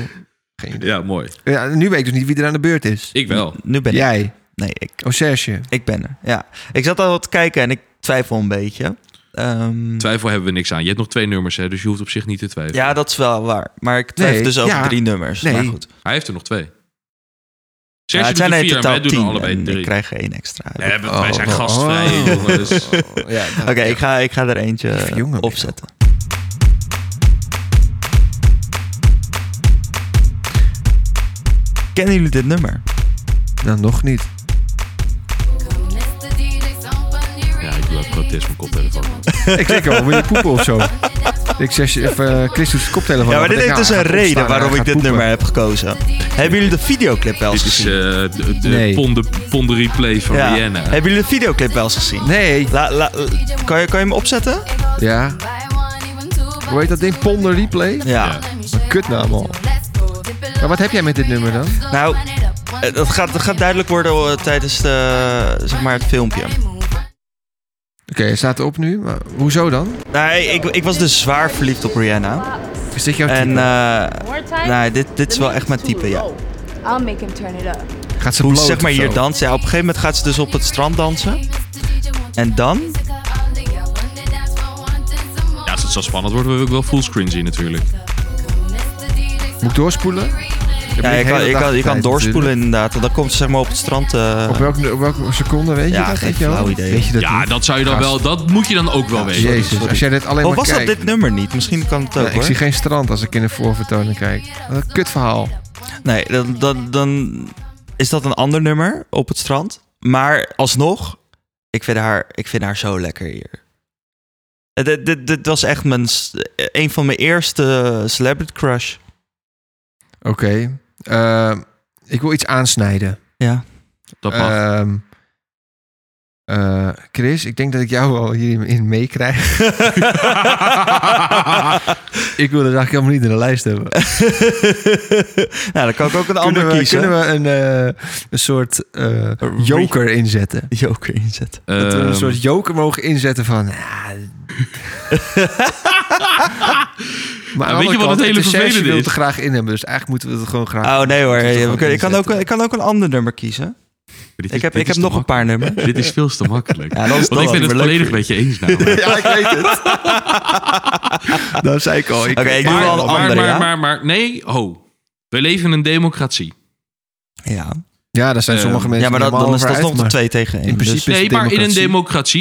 Geen idee.
Ja, mooi.
Ja, nu weet ik dus niet wie er aan de beurt is.
Ik wel.
Nu ben ik...
Jij,
Nee, ik,
oh Serge.
ik ben er. Ja. Ik zat al wat te kijken en ik twijfel een beetje. Ehm,
Twijfel hebben we niks aan. Je hebt nog twee nummers, hè, dus je hoeft op zich niet te twijfelen.
ja, dat is wel waar. Maar ik twijfel
Nee,
dus over
ja.
drie nummers.
Nee.
Maar goed.
Hij heeft er nog twee.
Ja,
Serge doet
het zijn
er
er in
vier en
totaal
wij doen er
tien.
allebei
en
drie.
Ik krijg er één extra.
Nee,
Oké,
we- wij zijn
Oh,
gastvrij,
oh.
jongens.
Ja, eh, dat-
ik, ga, ik ga er eentje
Even jong, hè,
opzetten. Kennen jullie dit nummer?
Nou, nog niet.
Ja, ik doe dat protest mijn koptelefoon.
Ik klik al, wil je poepen of zo? Ik zeg, even eh Chris doet zijn koptelefoon.
Ja,
op
maar
en
dit
ik denk,
heeft dus
ja,
een
hij gaat
reden
opstaan en
waarom
hij
ik
gaat
dit
poepen.
nummer heb gekozen. Hebben jullie de videoclip wel eens
Dit is eh,
gezien?
de, de
Nee.
ponde, ponde replay van
Ja.
Rihanna.
Hebben jullie de videoclip wel eens gezien?
Nee,
La, la- kan, je, kan je hem opzetten?
ja. Hoe heet dat ding? Ponder Replay?
Ja.
Een kutnaam al. Maar wat heb jij met dit nummer dan?
Nou, eh, dat gaat, dat gaat duidelijk worden eh, tijdens de, eh, zeg maar het filmpje.
Oké, hij staat erop nu. Maar hoezo dan?
Nee, ik, ik was dus zwaar verliefd op Rihanna.
Is dit jouw type?
En eh, nee, dit, dit is wel echt mijn type, ja.
I'll make him turn it up.
Gaat ze
Hoe
bloot
ze zeg maar
of
hier
zo?
dansen. Ja, op een gegeven moment gaat ze dus op het strand dansen. En dan?
Ja, als het zo spannend wordt, wil ik wel fullscreen zien natuurlijk.
Moet ik doorspoelen?
Ja, je kan, je kan, je kan doorspoelen inderdaad. En dan komt ze zeg maar op het strand. eh,
Op welke, op welke seconde weet je
Ja,
dat?
geen
Weet je wel?
flauw idee.
Weet je dat
Ja,
niet?
dat zou je dan
Gast.
wel, dat moet je dan ook wel weten.
Jezus, als jij dit alleen
oh,
maar
was dat
kijkt.
dit nummer niet? Misschien kan het ook
Ja, ik
hoor.
zie geen strand als ik in een voorvertoning kijk. Wat een kutverhaal.
Nee, dan, dan, dan is dat een ander nummer op het strand. Maar alsnog, ik vind haar, ik vind haar zo lekker hier. Eh, Dit, dit, dit was echt mijn, s- eh, een van mijn eerste celebrity crush.
Oké. ehm, ik wil iets aansnijden.
Ja.
Dat mag.
Ehm, eh, Chris, ik denk dat ik jou al hierin meekrijg. ik wil dat eigenlijk helemaal niet in de lijst hebben.
nou, dan kan ik ook een ander
Kunnen we,
kiezen.
kunnen we een, eh, een soort eh, joker inzetten?
Joker inzetten.
Dat we
Ehm,
een soort joker mogen inzetten van... nou, ja. maar
je wat het hele vervelende
wil
is?
het er graag in hebben, dus eigenlijk moeten we het gewoon graag...
Oh nee hoor,
moeten we
je-
gewoon
we kunnen- ik, kan ook,
inzetten.
ik kan ook een ander nummer
dit
kiezen.
is-
Ik heb,
dit
ik heb
is te
nog een paar nummers.
makkelijk. Dit is veel te makkelijk.
Ja, dan is het
Want
wel
ik ben
niet
het
meer leuk
volledig met je eens namelijk.
Ja, ik weet het. dat zei ik al. Ik,
Oké, ik doe
Maar,
wel een
maar,
andere,
maar,
ja?
maar, maar- nee, ho. We leven in een democratie.
Ja,
Ehm, Ja, daar zijn
Eh,
sommige mensen
ja maar dat,
helemaal
dan is
over
dat
uit,
nog de
maar
twee tegen één.
In principe
dus-
is
Nee,
het
maar in een
democratie.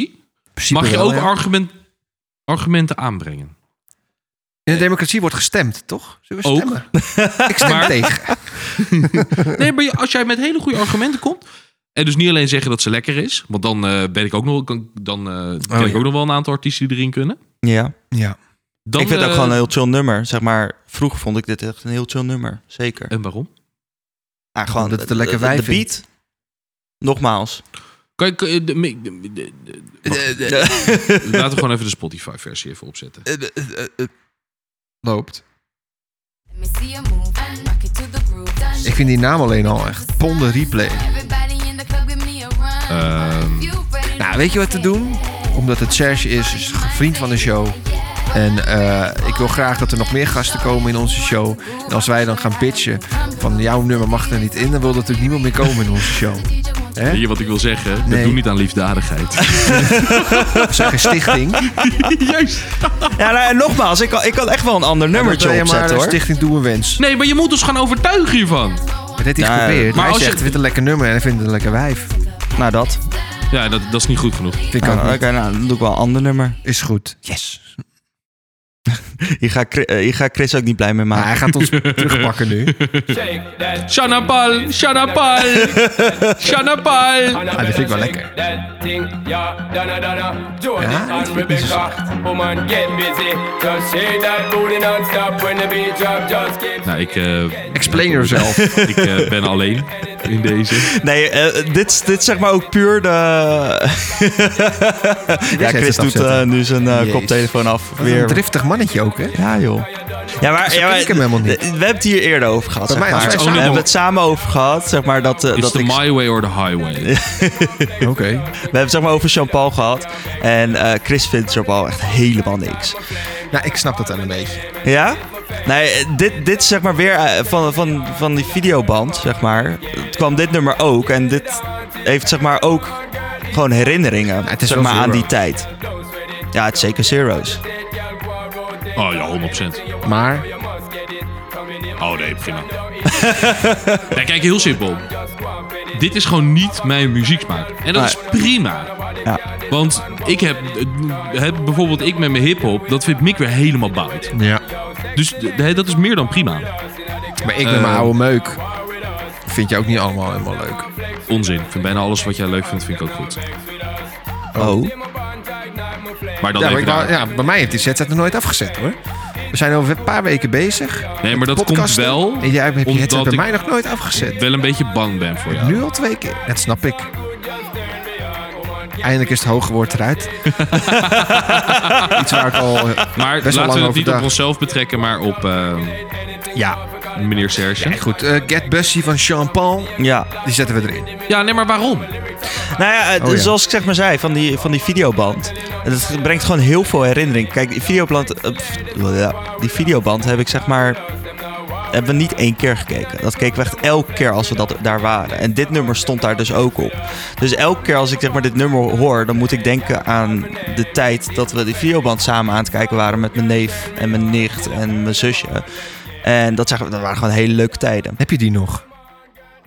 democratie
in principe
mag je
wel,
ook
ja.
argument, argumenten aanbrengen.
In een democratie wordt gestemd, toch? Zullen we
Ook.
stemmen? ik stem
Maar-
tegen.
Nee, maar je- als jij met hele goede argumenten komt. En dus niet alleen zeggen dat ze lekker is. Want dan eh, ben ik ook nog, kan- dan,
Oh,
eh, ken ik
ja.
ook nog wel een aantal artiesten die erin kunnen.
ja.
Ja.
Dan,
ik vind het
eh,
ook gewoon een heel chill nummer. Zeg maar, vroeger vond ik dit echt een heel chill nummer. Zeker.
En waarom?
Ah, gewoon
Omdat Eh, het een lekker
de- de-
wijf
De beat. Nogmaals.
Kan, je- kan, je- de- de- de- de- de- Laten we gewoon even de Spotify-versie even opzetten.
Eh,
Loopt. Ik vind die naam alleen al echt Ponder Replay.
Ehm,
Nou, weet je wat te doen? Omdat het Serge is, is een vriend van de show. En eh, ik wil graag dat er nog meer gasten komen in onze show. En als wij dan gaan pitchen van jouw nummer mag er niet in... dan wil er natuurlijk niemand meer komen in onze show. Hè?
Weet je wat ik wil zeggen?
Nee.
Dat doe niet aan liefdadigheid.
We zijn geen stichting.
Juist.
Ja, nou, en nogmaals, ik kan, ik kan echt wel een ander nummertje
Dat wil je maar eh,
opzetten hoor.
stichting Doe een Wens.
Nee, maar je moet ons gaan overtuigen hiervan.
Dat heeft hij
Ja,
geprobeerd.
Nou, maar
Maar hij
als je-
zegt, hij vindt een lekker nummer en hij vindt het een lekker wijf.
Nou, dat.
Ja, dat, dat is niet goed genoeg.
Vind ik ook
Nou, Oké,
niet.
nou, dan doe ik wel een ander nummer.
Is goed. Yes.
Hier gaat Chris, eh, hier gaat Chris ook niet blij mee
Maar
maken.
hij gaat ons terugpakken nu.
Chanapal, Chanapal, Chanapal.
Ah, dat vind ik wel lekker. Ah. Ja, dat vind ik niet zo slecht.
Nou, ik, eh,
Explain yourself.
ik eh, ben alleen in deze.
Nee, eh, dit, is- dit is zeg maar ook puur de... ja, Chris doet eh,
afzetten.
nu zijn eh,
Jezus.
koptelefoon af.
Wat een
Weer.
driftig mannetje ook, hè?
Ja, joh. Ja, maar,
Zo
ja,
ken
maar-
ik hem helemaal niet.
We hebben het hier eerder over gehad.
Bij
Zeg
mij, als
maar.
wij
We
samen-
hebben het samen over gehad. Zeg maar, dat, eh,
Is
dat
de
ik
my way or the highway?
Oké.
We hebben het zeg maar over Jean-Paul gehad. En eh, Chris vindt Jean-Paul echt helemaal niks.
Nou, ik snap dat wel een beetje.
Ja? Nee, eh, dit, dit is zeg maar weer eh, van, van, van die videoband, zeg maar. Het kwam dit nummer ook. En dit heeft zeg maar ook gewoon herinneringen
het is
zeg
wel
maar, aan
Zero.
die tijd. Ja, het is zeker Zero's.
Oh ja, 100%.
Maar
Oh nee, prima. nee, kijk, heel simpel. Dit is gewoon niet mijn muzieksmaak. En dat
Nee.
is prima.
Ja.
Want ik heb, eh, heb bijvoorbeeld ik met mijn hip-hop, dat vindt Mick weer helemaal bout.
Ja.
Dus eh, dat is meer dan prima.
Maar ik met mijn
Eh.
oude meuk. vind je ook niet allemaal helemaal leuk.
Onzin. Ik vind bijna alles wat jij leuk vindt, vind ik ook goed.
Oh.
Maar dan
ja,
even
ik
daar-
wou- ja, bij mij heeft die ZZ nog nooit afgezet hoor. We zijn over een paar weken bezig.
Nee, maar
met
dat komt
podcasten.
wel
En jij hebt je
omdat
headset bij
ik-
mij nog nooit afgezet.
wel een beetje bang ben voor jou.
Nu al twee keer. Dat snap ik. Eindelijk is het hoge woord eruit. Iets waar ik al eh,
Maar laten
best wel lang
we het
over
niet
dacht.
op onszelf betrekken, maar op eh,
ja.
meneer Serge.
goed, eh, Get Bussy van Sean Paul.
Ja.
Die zetten we erin.
Ja, nee, maar waarom?
Nou ja, het-
Oh ja.
zoals ik zeg maar zei, van die, van die videoband. Dat brengt gewoon heel veel herinnering. Kijk, die videoband, eh, pff, ja, die videoband heb ik zeg maar... Hebben we niet één keer gekeken. Dat keken we echt elke keer als we dat, daar waren. En dit nummer stond daar dus ook op. Dus elke keer als ik zeg maar dit nummer hoor... dan moet ik denken aan de tijd dat we die videoband samen aan het kijken waren... met mijn neef en mijn nicht en mijn zusje. En dat, zeg, dat waren gewoon hele leuke tijden.
Heb je die nog?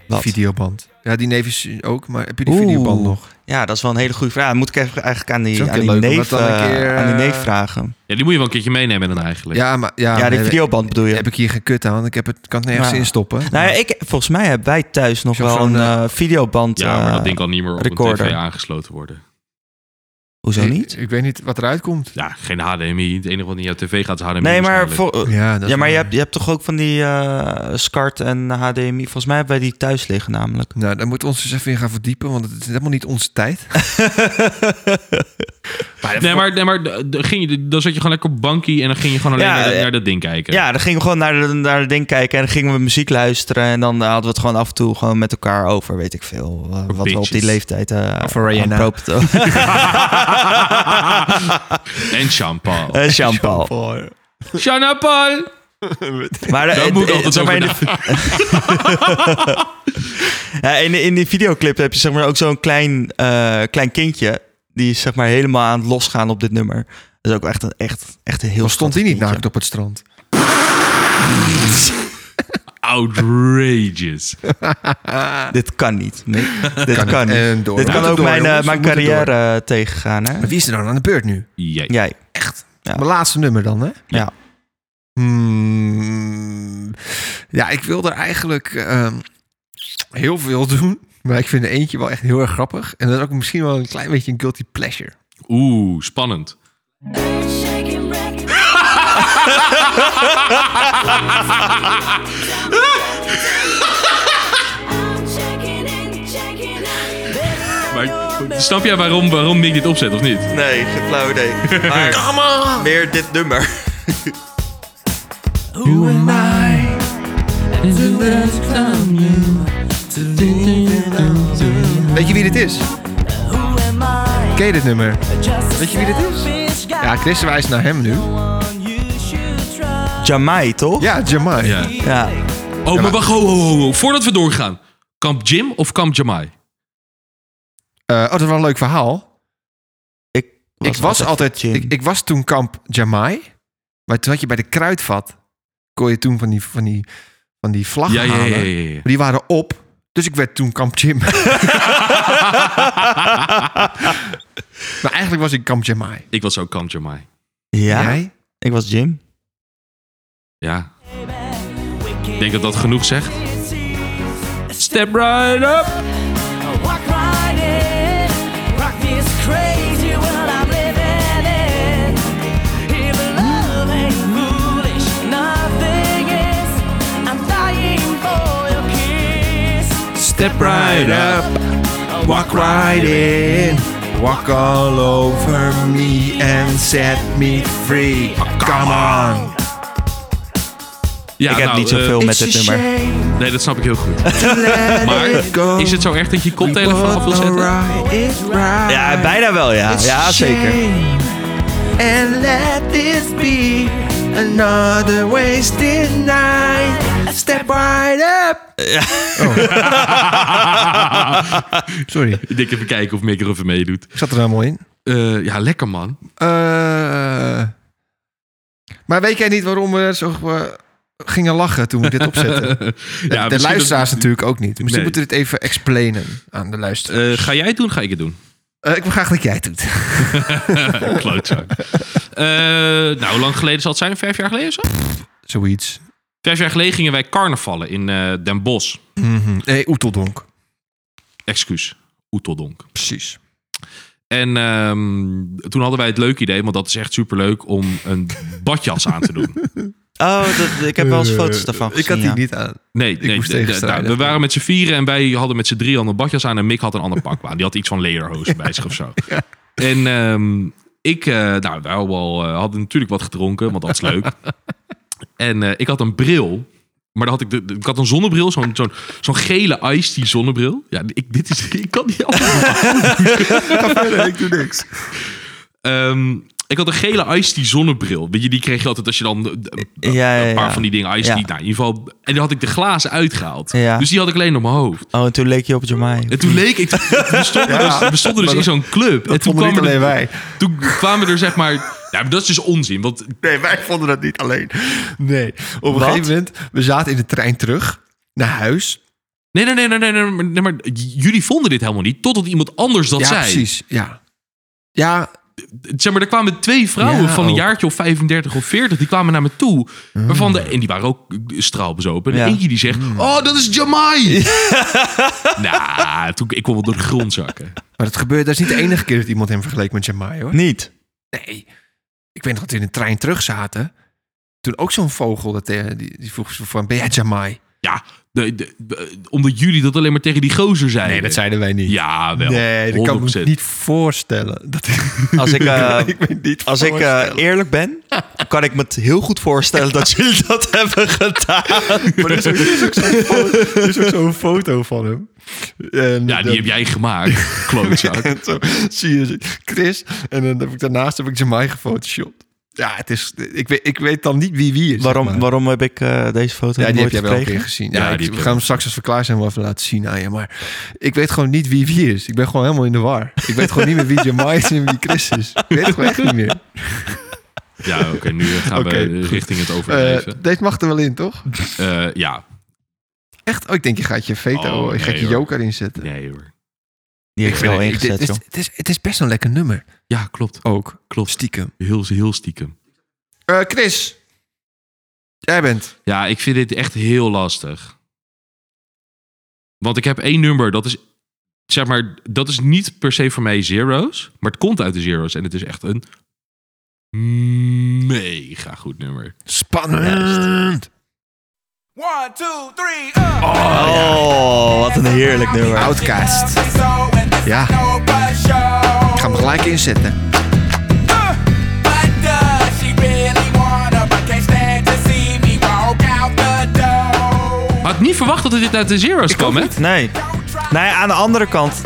Wat?
Videoband. Ja, die neef is ook, maar heb je die videoband
Oeh.
nog?
Ja, dat is wel een hele goede vraag. Moet ik even eigenlijk aan
Is ook
die, aan
heel
die,
leuk om
neef,
dat dan een
eh,
keer,
aan die
eh,
neef vragen.
Ja, die moet je wel een keertje meenemen dan eigenlijk.
Ja, maar, ja,
Ja, die
nee,
videoband bedoel je.
Heb ik hier gekut aan, want ik heb het, kan het nergens
Ja.
instoppen.
Nou ja, ik, volgens mij hebben wij thuis nog
Zo'n-
wel een
zo'n,
eh, videoband
Ja, maar
eh,
dat ding kan niet meer op
recorder.
een tv aangesloten worden.
Hoezo
Ik-
niet?
Ik, weet niet wat eruit komt.
Ja, geen HDMI. Het enige wat in jouw tv gaat is HDMI.
Nee, maar,
waarschijnlijk.
vol-
Ja, dat
ja,
is
maar je,
waar.
hebt, je hebt toch ook van die eh SCART en HDMI? Volgens mij hebben wij die thuis liggen namelijk.
Nou, daar moeten we ons eens even in gaan verdiepen, want het is helemaal niet onze tijd.
Nee, maar, nee, maar d- d- ging je, dan zat je gewoon lekker op bankie en dan ging je gewoon alleen
Ja,
naar, dat-
eh,
naar dat ding kijken.
Ja, dan gingen we gewoon naar, de, naar het ding kijken en dan gingen we muziek luisteren. En dan hadden we het gewoon af en toe gewoon met elkaar over, weet ik veel. eh, wat we op die
bitches.
leeftijd eh
Over Rihanna.
aanproopten. Eh,
En Jean-Paul.
Eh, Jean-Paul.
Jean-Paul!
Maar eh,
Daar moet ik
eh,
altijd
zeg maar in,
over
de- ja, in, in die videoclip heb je zeg maar ook zo'n klein, eh, klein kindje. Die is zeg maar helemaal aan het losgaan op dit nummer. Dat is ook echt een, echt, echt een heel
Dan stond die niet naakt op het strand.
Outrageous.
Dit kan niet. Nee, dit kan,
Kan niet.
niet.
En door.
Dit
We
kan
moeten
ook
door,
mijn, eh,
jongens, we
mijn
moeten
carrière eh, tegengaan. Hè?
Maar wie is er dan aan de beurt nu?
Jij.
Jij. Ja.
Mijn laatste nummer dan, hè?
Ja.
Hmm. ja, ik wil er eigenlijk ehm, heel veel doen. Maar ik vind er eentje wel echt heel erg grappig. En dat is ook misschien wel een klein beetje een guilty pleasure.
Oeh, spannend. Maar snap jij waarom, waarom Mick dit opzet, of niet?
Nee, geen flauw idee. Maar meer dit nummer.
Who am I? And who has come new to leave and undo?
Weet je wie dit is?
Who am I?
Ken je dit nummer?
Just a
Weet je wie dit is?
selfish guy.
Ja, Chris wijst naar hem nu.
You should try.
Jamai, toch?
Ja, Jamai.
Ja.
Ja.
Oh, maar wacht, ho, ho, ho, ho. Voordat we doorgaan. Kamp Jim of Kamp Jamai?
Eh, oh, dat is wel een leuk verhaal.
Ik was,
ik was altijd...
Jim.
Ik, ik was toen kamp Jamai. Maar toen had je bij de kruidvat... kon je toen van die, van die, van die vlag
Ja, ja, ja, ja,
halen.
ja, ja.
Maar die waren op. Dus ik werd toen kamp Jim. maar eigenlijk was ik kamp Jamai.
Ik was ook Kamp Jamai.
ja,
Jij?
ik was Jim.
Ja. Ik denk dat dat genoeg zegt. Step right up!
Walk right in. Rock this crazy world I'm living in. If love ain't foolish, nothing is. I'm dying for your kiss.
Step right up!
Walk right in. Walk all over me and set me free. Come on.
Ja,
ik heb
nou,
niet
eh,
zoveel met dit nummer.
Nee, dat snap ik heel goed. maar is het zo erg dat je je koptelefoon af wil zetten?
Ja, bijna wel, ja. Ja, zeker.
And let this be another wasted night. Step right up. Sorry,
Ik denk even kijken of Mick er even meedoet.
ik zat er helemaal in.
Eh, ja, lekker man.
Eh, maar weet jij niet waarom we zo eh, gingen lachen toen we dit opzetten?
misschien
de
dat-
luisteraars natuurlijk ook niet. Misschien
Nee.
moeten we dit even explainen aan de luisteraars.
Eh, ga jij het doen? Ga ik het doen?
Eh, ik wil graag dat jij het doet.
Klootzak. Eh, nou, hoe lang geleden zal het zijn? Vijf jaar geleden of zo?
Zoiets.
Vijf jaar geleden gingen wij carnavallen in eh, Den Bosch.
Nee, Oeteldonk.
Excuus, Oeteldonk.
Precies.
En ehm, toen hadden wij het leuk idee, want dat is echt superleuk, om een badjas aan te doen.
Oh, dat, ik heb wel eens foto's daarvan gezien.
Eh, Ik had die
ja.
niet aan.
Nee, nee
moest
d- d-
tegenstrijden.
nou, we waren met z'n vieren en wij hadden met z'n drie al een badjas aan. En Mick had een ander pak aan. Die had iets van lederhozen bij zich of zo. En ehm, ik, eh, nou, wij hadden wel, eh, hadden natuurlijk wat gedronken, want dat is leuk. en eh, ik had een bril. Maar dan had ik, de, de- ik had een zonnebril, zo'n zo'n zo'n gele iced die zonnebril. Ja, ik, dit is, ik kan die anders.
ik doe niks.
Ehm, ik had een gele Ice Tea zonnebril. Weet je, die kreeg je altijd als je dan eh, een
Ja, ja,
paar
ja.
van die dingen Ice Tea.
Ja.
Nou, in ieder geval. En dan had ik de glazen uitgehaald.
Ja.
Dus die had ik alleen op mijn hoofd.
Oh, en toen leek je op Jamai.
En toen leek ik. We stonden
Ja,
dus, we stonden dus in
maar dat-
zo'n club. en toen
vonden niet
kwamen er-
alleen wij.
Toen kwamen er zeg maar. Ja, maar dat is dus onzin. Want
Nee, wij vonden dat niet alleen. Nee. Op een
Wat?
gegeven moment, we zaten in de trein terug naar huis.
nee, nee, nee, nee, nee, nee, maar- nee, maar jullie vonden dit helemaal niet. Totdat iemand anders dat
ja,
zei.
precies. Ja. Ja,
Zeg maar, er kwamen twee vrouwen
Ja, oh. Mm.
van een
ook.
jaartje of 35 of 40. Die kwamen naar me toe. Waarvan de, en die waren ook eh, straalbezopen. En
Ja.
eentje die zegt...
Mm.
Oh, dat is Jamai! nou, toen, ik kon wel door de grond zakken.
maar dat gebeurt. Dat is niet de enige keer dat iemand hem vergeleek met Jamai, hoor.
Niet.
Nee. Ik weet nog dat we in de trein terug zaten. Toen ook zo'n vogel, dat, eh, die, die vroeg zo van, ben jij Jamai?
Ja, de- de- de- omdat jullie dat alleen maar tegen die gozer zeiden.
zeiden wij niet.
Ja, wel.
nee, dat kan ik
100%.
me niet voorstellen. Dat
Als ik, eh,
ik weet niet
Als ik eh,
voorstellen.
eerlijk ben, kan ik me het heel goed voorstellen dat jullie dat hebben gedaan.
Maar er is ook- er is ook zo'n fo- er is ook zo'n foto van hem. En
Ja, die
dan-
heb jij gemaakt, klootzak.
en zo zie je Chris. En dan heb ik, daarnaast heb ik Jamai gefotoshopt. Ja, het is, ik, weet, ik weet dan niet wie wie is. zeg
Waarom,
maar.
waarom heb ik eh, deze foto
Ja, die heb
nooit
jij wel een keer
gekregen?
gezien.
Ja,
Ja,
die
ik-
heb je
we
wel.
gaan hem straks als we klaar zijn wel even laten zien aan je. Maar ik weet gewoon niet wie wie is. Ik ben gewoon helemaal in de war. Ik weet gewoon niet meer wie Jamai is en wie Chris is. Ik weet het gewoon echt niet meer.
Ja, oké, nu gaan
Oké,
we
goed.
richting het
Eh
overleven.
deze mag er wel in, toch?
Eh, ja,
Echt? Oh, ik denk je gaat je veto,
Oh,
je gaat
nee,
je
hoor.
joker inzetten.
nee hoor.
Die heb ik
Ik-
wel
dit-
ingezet,
dit-
joh.
het, is, het is best een lekker nummer.
Ja, klopt.
Ook.
Klopt.
Stiekem.
Heel, heel stiekem.
Eh, Chris. Jij bent.
Ja, ik vind dit echt heel lastig. Want ik heb één nummer, dat is zeg maar, dat is niet per se voor mij zeros, maar het komt uit de zeros en het is echt een mega goed nummer. Dus
Spannend.
One, two, three, up.
Oh, wat een heerlijk nummer.
Outcast. Ja. Ik
Ja.
ga hem gelijk inzetten.
But does she really want up? I can't stand to see me walk out the door.
Had niet verwacht dat dit uit de zeros kwam, hè?
Nee. Nee, aan de andere kant,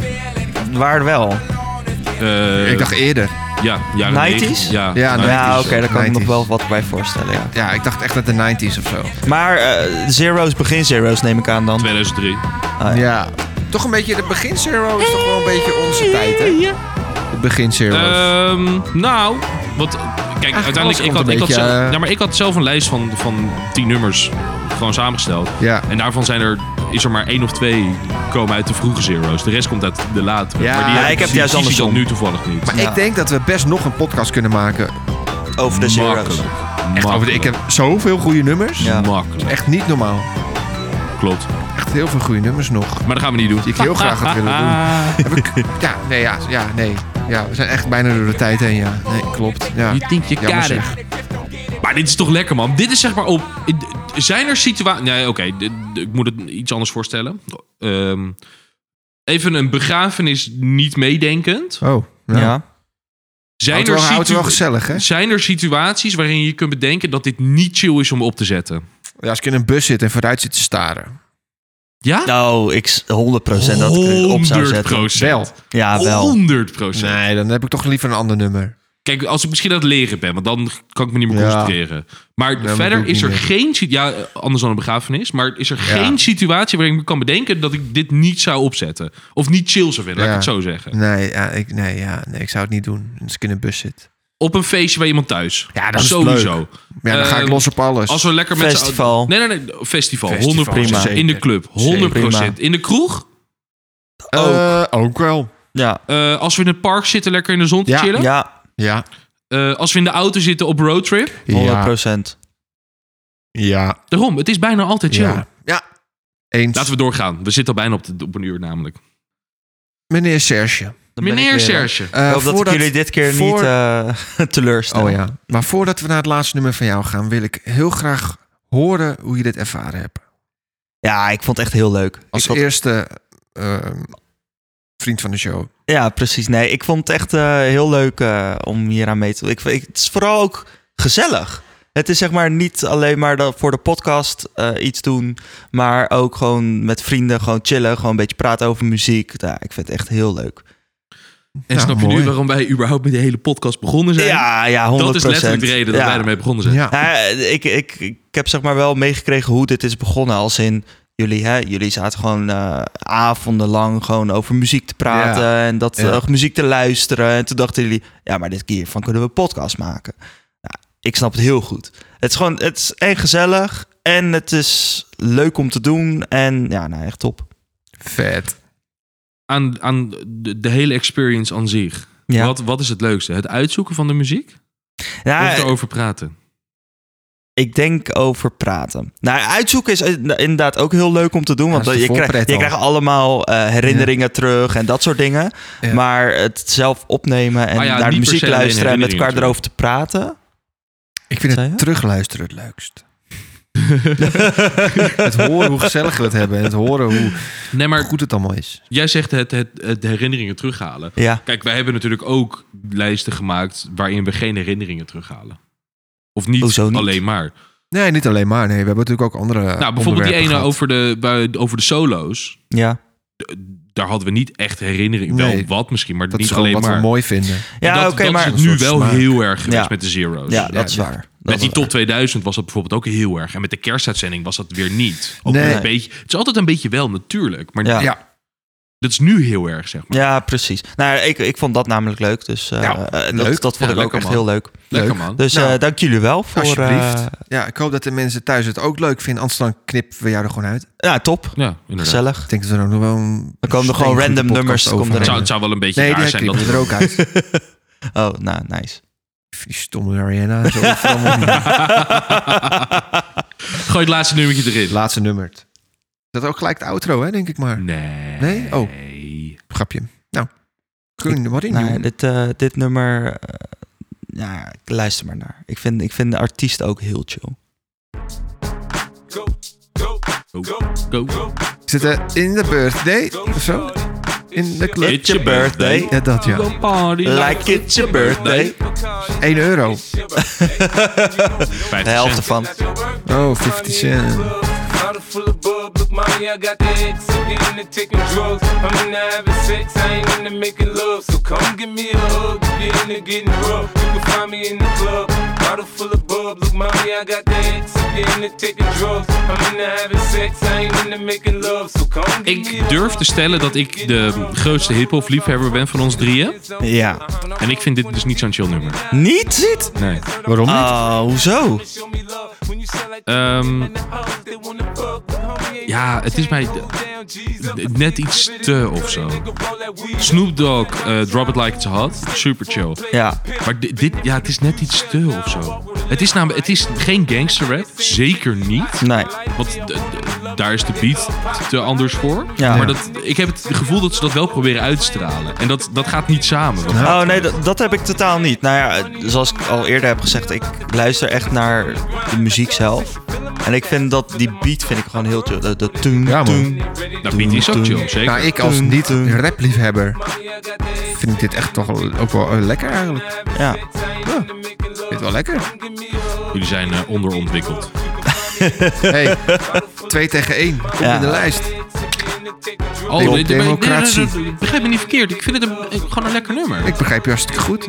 waar wel.
Eh,
ik dacht eerder.
ja, jaren
90s?
negen- Ja,
Ja,
nou,
nee.
Ja,
90s,
oké, daar kan ik me nog
90s.
wel wat bij voorstellen. Ja.
Ja, ik dacht echt dat de 90s of zo.
Maar eh, zero's, begin zero's neem ik aan dan.
2003.
Ja. Toch een beetje de begin Zero is toch wel een beetje onze tijd, hè? De begin Zero's.
Ehm, nou, wat kijk,
alles
uiteindelijk ik
komt
had,
een
ik had
beetje,
zelf,
eh,
ja, maar ik had zelf een lijst van van 10 nummers gewoon samengesteld.
Ja.
En daarvan zijn er, is er maar één of twee komen uit de vroege zero's. De rest komt uit de latere.
Ja,
maar die
ja,
heb
ik heb
die
juist
zie ik
andersom.
dan nu toevallig niet.
maar
ja.
ik denk dat we best nog een podcast kunnen maken.
Over de zero's.
Makkelijk.
Echt over de, ik heb zoveel goede nummers.
Ja.
Makkelijk.
Echt niet normaal.
Klopt.
Echt heel veel goede nummers nog.
Maar dat gaan we niet doen.
Die ik heel graag had willen doen. Heb ik- ja, nee, ja, ja, nee. Ja, we zijn echt bijna door de tijd heen, ja. Nee, klopt. Ja.
Je tinkt je
Jammer
kader.
zeg.
Maar dit is toch lekker, man? Dit is zeg maar op. Zijn er situaties. Nee, oké, dit- dit- ik moet het iets anders voorstellen. Ehm, even een begrafenis niet meedenkend.
Oh, ja.
Ja.
Zijn
Houdt
er,
wel, houdt wel
situ-
gezellig, hè?
zijn er situaties waarin je kunt bedenken dat dit niet chill is om op te zetten?
Ja, als ik in een bus zit en vooruit zit te staren.
Ja?
Nou, ik s- 100% dat ik er op zou zetten.
100%.
Wel.
Ja, wel.
100%.
Nee, dan heb ik toch liever een ander nummer.
Kijk, als ik misschien aan het leren ben, want dan kan ik me niet meer
Ja.
concentreren. Maar
maar
verder
doe ik
is er
niet
geen situ- Ja, eh, anders dan een begrafenis. Maar is er
Ja.
geen situatie waarin ik me kan bedenken dat ik dit niet zou opzetten. Of niet chill zou vinden, laat ik
Ja.
het zo zeggen.
Nee, ja, ik, nee, ja, nee, ik zou het niet doen als ik in een bus zit.
Op een feestje bij iemand thuis.
Ja, dat is
Sowieso.
leuk. Ja, dan ga ik
Ehm,
los op alles.
Als we lekker met z'n-
Festival.
Nee, nee, nee. Festival.
Festival,
100%.
prima.
In de club. 100%.
Prima.
In de kroeg.
ook. ook wel.
Ja.
Eh, als we in het park zitten, lekker in de zon te
Ja.
chillen.
Ja,
Ja.
Eh, als we in de auto zitten op roadtrip.
100%.
Ja.
Daarom, het is bijna altijd chill.
Ja. Eens.
Laten we doorgaan. We zitten al bijna op, de, op een uur namelijk.
Meneer Serge.
Meneer Serge.
Eh,
ik hoop dat ik
voordat-
jullie dit keer
voor-
niet eh teleurstel.
Oh ja. Maar voordat we naar het laatste nummer van jou gaan, wil ik heel graag horen hoe je dit ervaren hebt.
Ja, ik vond het echt heel leuk.
Als
ik vond,
eerste ehm, vriend van de show.
Ja, precies. Nee, ik vond het echt eh, heel leuk eh, om hier aan mee te doen. Ik, ik- het is vooral ook gezellig. Het is zeg maar niet alleen maar dat voor de podcast eh, iets doen, maar ook gewoon met vrienden gewoon chillen, gewoon een beetje praten over muziek. Ja, ik vind het echt heel leuk.
En snap je nu waarom wij überhaupt met die hele podcast begonnen zijn?
Ja, ja, 100%.
Dat is letterlijk de reden dat
Ja.
wij ermee begonnen zijn.
Nou Ja, ik, ik, ik heb zeg maar wel meegekregen hoe dit is begonnen. Als in jullie, hè, jullie zaten gewoon eh, avondenlang gewoon over muziek te praten
Ja.
en dat,
Ja.
eh, muziek te luisteren. En toen dachten jullie, ja, maar dit keer van kunnen we een podcast maken. Nou, ik snap het heel goed. Het is gewoon, het is en gezellig en het is leuk om te doen. En ja, nou echt top.
Vet.
Aan, aan de, de hele experience aan zich.
Ja.
Wat, wat is het leukste? Het uitzoeken van de muziek?
Ja,
Ah,
of erover praten?
Ik denk over praten. Nou, uitzoeken is eh, inderdaad ook heel leuk om te doen. Want
dat is de
je, krijgt,
voorpret
je
al.
krijgt allemaal eh, herinneringen terug en dat soort dingen.
Ja.
Maar het zelf opnemen en
Ah ja,
naar de
niet per se
muziek
alleen
luisteren en met
herinneringen
elkaar erover te praten.
Ik vind
Zei je?
het terugluisteren het leukst. het horen hoe gezellig we het hebben. En het horen hoe
Nee, maar
goed het allemaal is.
Jij zegt het, het, het herinneringen terughalen.
Ja.
Kijk, wij hebben natuurlijk ook lijsten gemaakt waarin we geen herinneringen terughalen. Of
Oh,
niet,
Hoezo niet?
alleen maar.
Nee, niet alleen maar. Nee, we hebben natuurlijk ook andere
nou, bijvoorbeeld die
onderwerpen
ene
gehad.
over de, bij- over de solo's.
Ja.
Daar hadden we niet echt herinneringen.
Nee.
Wel wat misschien, maar
Dat
niet
is gewoon
alleen
wat
maar.
we mooi vinden.
Ja,
dat
oké,
dat
maar-
is het nu
Een soort
wel
smaak.
heel erg geweest
Ja.
met de zero's.
Ja, dat is
ja.
waar.
Met
Dat
die
is waar.
top 2000 was dat bijvoorbeeld ook heel erg. En met de kerstuitzending was dat weer niet. Ook
Nee.
een beetje, het is altijd een beetje wel natuurlijk. Maar
Ja.
Ja,
dat is nu heel erg, zeg maar.
Ja, precies. Nou, ik, ik vond dat namelijk leuk. Dus eh,
Ja,
eh,
leuk.
dat, dat
Nou,
vond
Ja,
ik ook
lekker,
echt
man.
heel leuk.
Lekker man.
Dus
Nou,
eh, dank jullie wel voor...
alsjeblieft.
eh,
ja, ik hoop dat de mensen thuis het ook leuk vinden. Anders dan knippen we jou er gewoon uit.
ja, top.
ja, inderdaad.
Gezellig.
Ik denk dat er ook nog wel een...
Er komen er gewoon
steengoede
random
podcast
nummers,
over
komt
Het
erin.
zou, het zou
hebben.
wel een beetje
Nee,
raar
die
zijn dat
knippen er ook uit.
Oh, nou, nice.
Die stomme Ariana. en zo. Dat is allemaal niet.
Gooi het laatste nummertje
Het
erin.
laatste nummer. Dat ook gelijk de outro, hè, denk ik maar.
Mm. Nee.
Nee? Oh. Grapje. Nou, kun, wat in
Nou,
doen?
dit, eh, dit nummer, eh, ja, ik luister maar naar. Ik vind, ik vind de artiest ook heel chill.
Go, go, go.
We Zitten in de birthday of zo? In de club?
It's your birthday.
Ja, dat ja.
Go party
Like it's your birthday.
1 euro.
50
De helft ervan.
Oh, 50 cent.
Bottle full of bub, look, mommy, I got the X. I'm getting to taking drugs. I'm into having sex, I ain't into making love. So come give me a hug, if you're into getting rough. You can find me in the club. Bottle full of bub, look, mommy, I got the X. I'm getting to taking drugs. I'm into having sex, I ain't into making love. So come give me a
Ik durf te stellen dat ik de grootste hip-hop liefhebber ben van ons drieën.
Ja.
En ik vind dit dus niet zo'n chill nummer.
Niet? Niet?
Nee.
Waarom niet?
Oh, hoezo?
Ehm, ja, het is mij d- net iets te of zo. Snoop Dogg, eh, Drop It Like It's Hot, super chill.
Ja.
Maar di- dit, ja, het is net iets te of zo. Het is, namelijk, het is geen gangster rap, zeker niet.
Nee.
Want d- d- daar is de beat te anders voor.
Ja.
Maar dat, ik heb het gevoel dat ze dat wel proberen uit te stralen. En dat, dat gaat niet samen. Want-
Oh nee, dat, dat heb ik totaal niet. Nou ja, zoals ik al eerder heb gezegd, ik luister echt naar de muziek zelf. En ik vind dat, die beat vind ik gewoon heel chill. De, de tune,
Ja, man.
Nou, beat is ook chill, zeker.
Nou, ik als niet-rapliefhebber vind ik dit echt toch wel- ook wel eh, lekker eigenlijk.
Ja.
Vind het wel lekker.
Jullie zijn eh, onderontwikkeld.
Hey, 2 tegen 1. Kom
Ja.
in de lijst.
Oh,
Demo-
dit- nee, nee, nee,
democratie.
nee, nee, begrijp me niet verkeerd. Ik vind het een, eh, gewoon een lekker nummer.
Ik begrijp je hartstikke goed.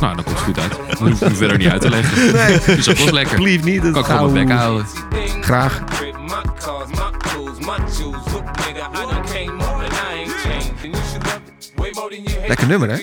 Nou, dat komt goed uit. Dat hoef ik verder niet uit te leggen.
Nee.
Dus dat was lekker.
Alsjeblieft niet.
Kan ik gewoon mijn bek houden.
Nou, Graag.
My cars, my clothes, my jewels. Look, nigga, I done came up and I ain't changed. And you should love it way more than you hate.
Lekker nummer, hè?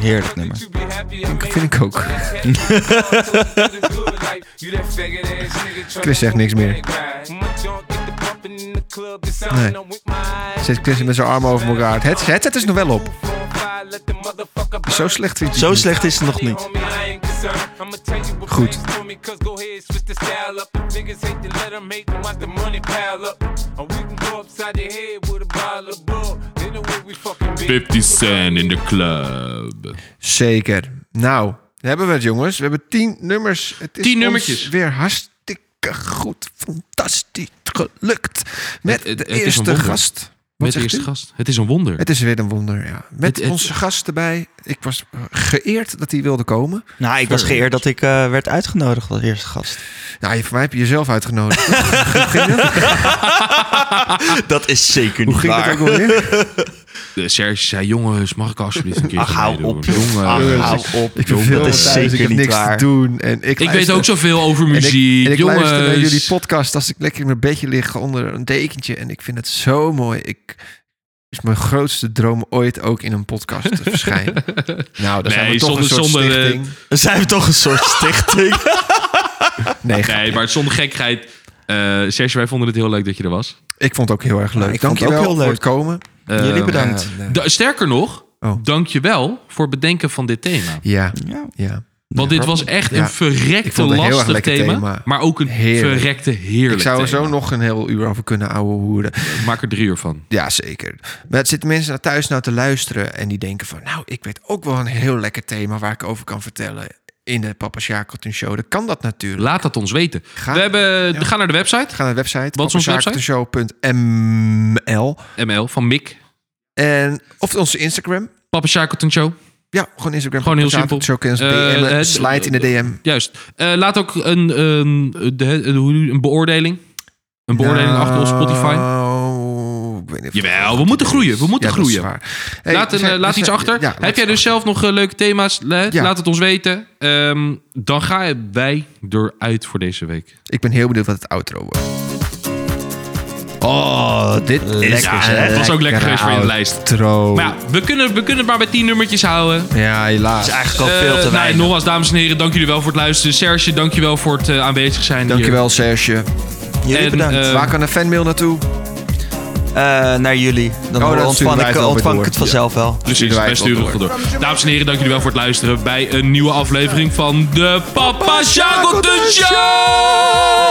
Heerlijk nummer.
You be happy and make
Vind ik ook.
the good life. You that faggot ass nigga tryna
Chris zegt niks meer.
ride. My junk get the bumping in the club. It's out
Nee.
and I'm with my eyes.
Zit Chris met zijn armen over elkaar. Het headset- headset is nog wel op.
Four, five, let the motherfucker
Zo slecht vind ik
Zo
het niet.
slecht is het nog niet.
Homie, I ain't concerned turn. I'ma tell you what
Goed.
plays for me, cause go ahead, switch the style up. Niggas hate to let 'em hate them, watch the money pile up. And we can go upside the head with a bottle of bull. Then the way we fucking be.
50 Cent in de club.
Zeker. Nou, daar hebben we het jongens. We hebben tien nummers. Het is
Tien
ons
nummertjes.
weer hartstikke goed. Fantastisch gelukt. Met
Het- het-
de
het is een
eerste
wonder.
gast. Wat
Met de
zegt
eerste
u?
gast. Het is een wonder.
Het is weer een wonder, ja. Met
Het- het-
onze gast erbij. Ik was eh, geëerd dat hij wilde komen.
Nou, ik was
Ver-
geëerd dat ik eh, werd uitgenodigd als eerste gast.
Nou, je- voor mij heb je jezelf uitgenodigd.
dat is zeker niet
Hoe ging
waar.
het ook alweer?
De Eh, Serge zei, jongens, mag ik alsjeblieft een keer
Ah,
Ach, hou op, joh. Ach, hou op,
Ik
joh.
verveel
Dat
me
is
thuis,
zeker
ik heb
niet
niks
waar.
te doen. En ik
Ik weet
luister-
ook zoveel over
En ik-
muziek,
En ik, luister naar
jongens.
jullie podcast als ik lekker in mijn bedje lig onder een dekentje. En ik vind het zo mooi. Ik is mijn grootste droom ooit ook in een podcast te verschijnen. nou, daar zijn we
Nee,
toch
zonder-
een soort
zonder, eh,
stichting.
Dan zijn we toch een soort stichting.
Nee, ga-
Nee, maar zonder gekheid. Eh Serge, wij vonden het heel leuk dat je er was.
ik vond het ook heel erg leuk.
Nou, ik vond het ook
Dankjewel
heel
voor
leuk.
het komen.
Jullie
Ehm,
bedankt.
Ja, nee.
da- sterker nog,
Oh.
dankjewel voor het bedenken van dit thema.
Ja,
Ja.
ja.
Want dit was echt
Ja.
een
Ik
verrekte
vond het een heel erg
lastig
lekker
thema,
thema.
Maar ook een
Heerlijk.
verrekte heerlijk
Ik zou er
thema.
zo nog een heel uur over kunnen ouwe hoeren.
Maak er drie uur van.
Ja, zeker. Maar het zitten mensen naar thuis nou te luisteren en die denken van... nou, ik weet ook wel een heel lekker thema waar ik over kan vertellen... in de Papa Shackleton Show. Dan kan dat natuurlijk.
Laat dat ons weten.
Ga-
we hebben, Ga naar de website.
Ga naar de website.
Wat is onze
papashakertenshow.ml
ML van Mick.
En of onze Instagram.
Papa Shackleton Show.
Ja, gewoon Instagram.
Gewoon heel
Papa Shackleton Show.
simpel.
Kun je ons
Eh,
DM'en.
het-
slide in de DM.
Juist. Eh, laat ook een, een, de, de- hoe- een beoordeling. Een beoordeling achter op Spotify.
Nou, ik weet niet of-
Jawel, we moeten groeien, we moeten
Ja, dat is
groeien.
waar. Hey,
laat
we
een,
zijn-
eh, laat
we
iets
zijn-
achter.
ja,
Heb
laat
jij
iets
dus zelf nog eh, leuke thema's? Le-
Ja.
Laat het ons weten. Ehm, dan ga wij eruit voor deze week.
Ik ben heel benieuwd wat het outro wordt. Oh, dit is
Ja, het was ook lekker geweest voor in de lijst. Maar ja, we kunnen, we kunnen het maar bij tien nummertjes houden.
Ja, helaas.
Eigenlijk al
Eh,
veel te
nee,
weinig.
nogmaals, dames en heren, dank jullie wel voor het luisteren. Serge, dank je wel voor het eh, aanwezig zijn
Dankjewel, Serge.
hier.
Jullie
En,
bedankt.
eh,
Waar kan een fanmail naartoe?
Eh, naar jullie.
Oh,
Dan horen-
dat sturen
ontvang
wij
ik,
het wel
ontvang
weer
ik
door.
het vanzelf wel.
Precies,
Sturen wij
wij
het
sturen
wel
het wel door. Dames en heren, dank jullie wel voor het luisteren bij een nieuwe aflevering van de Papa Shackleton Show!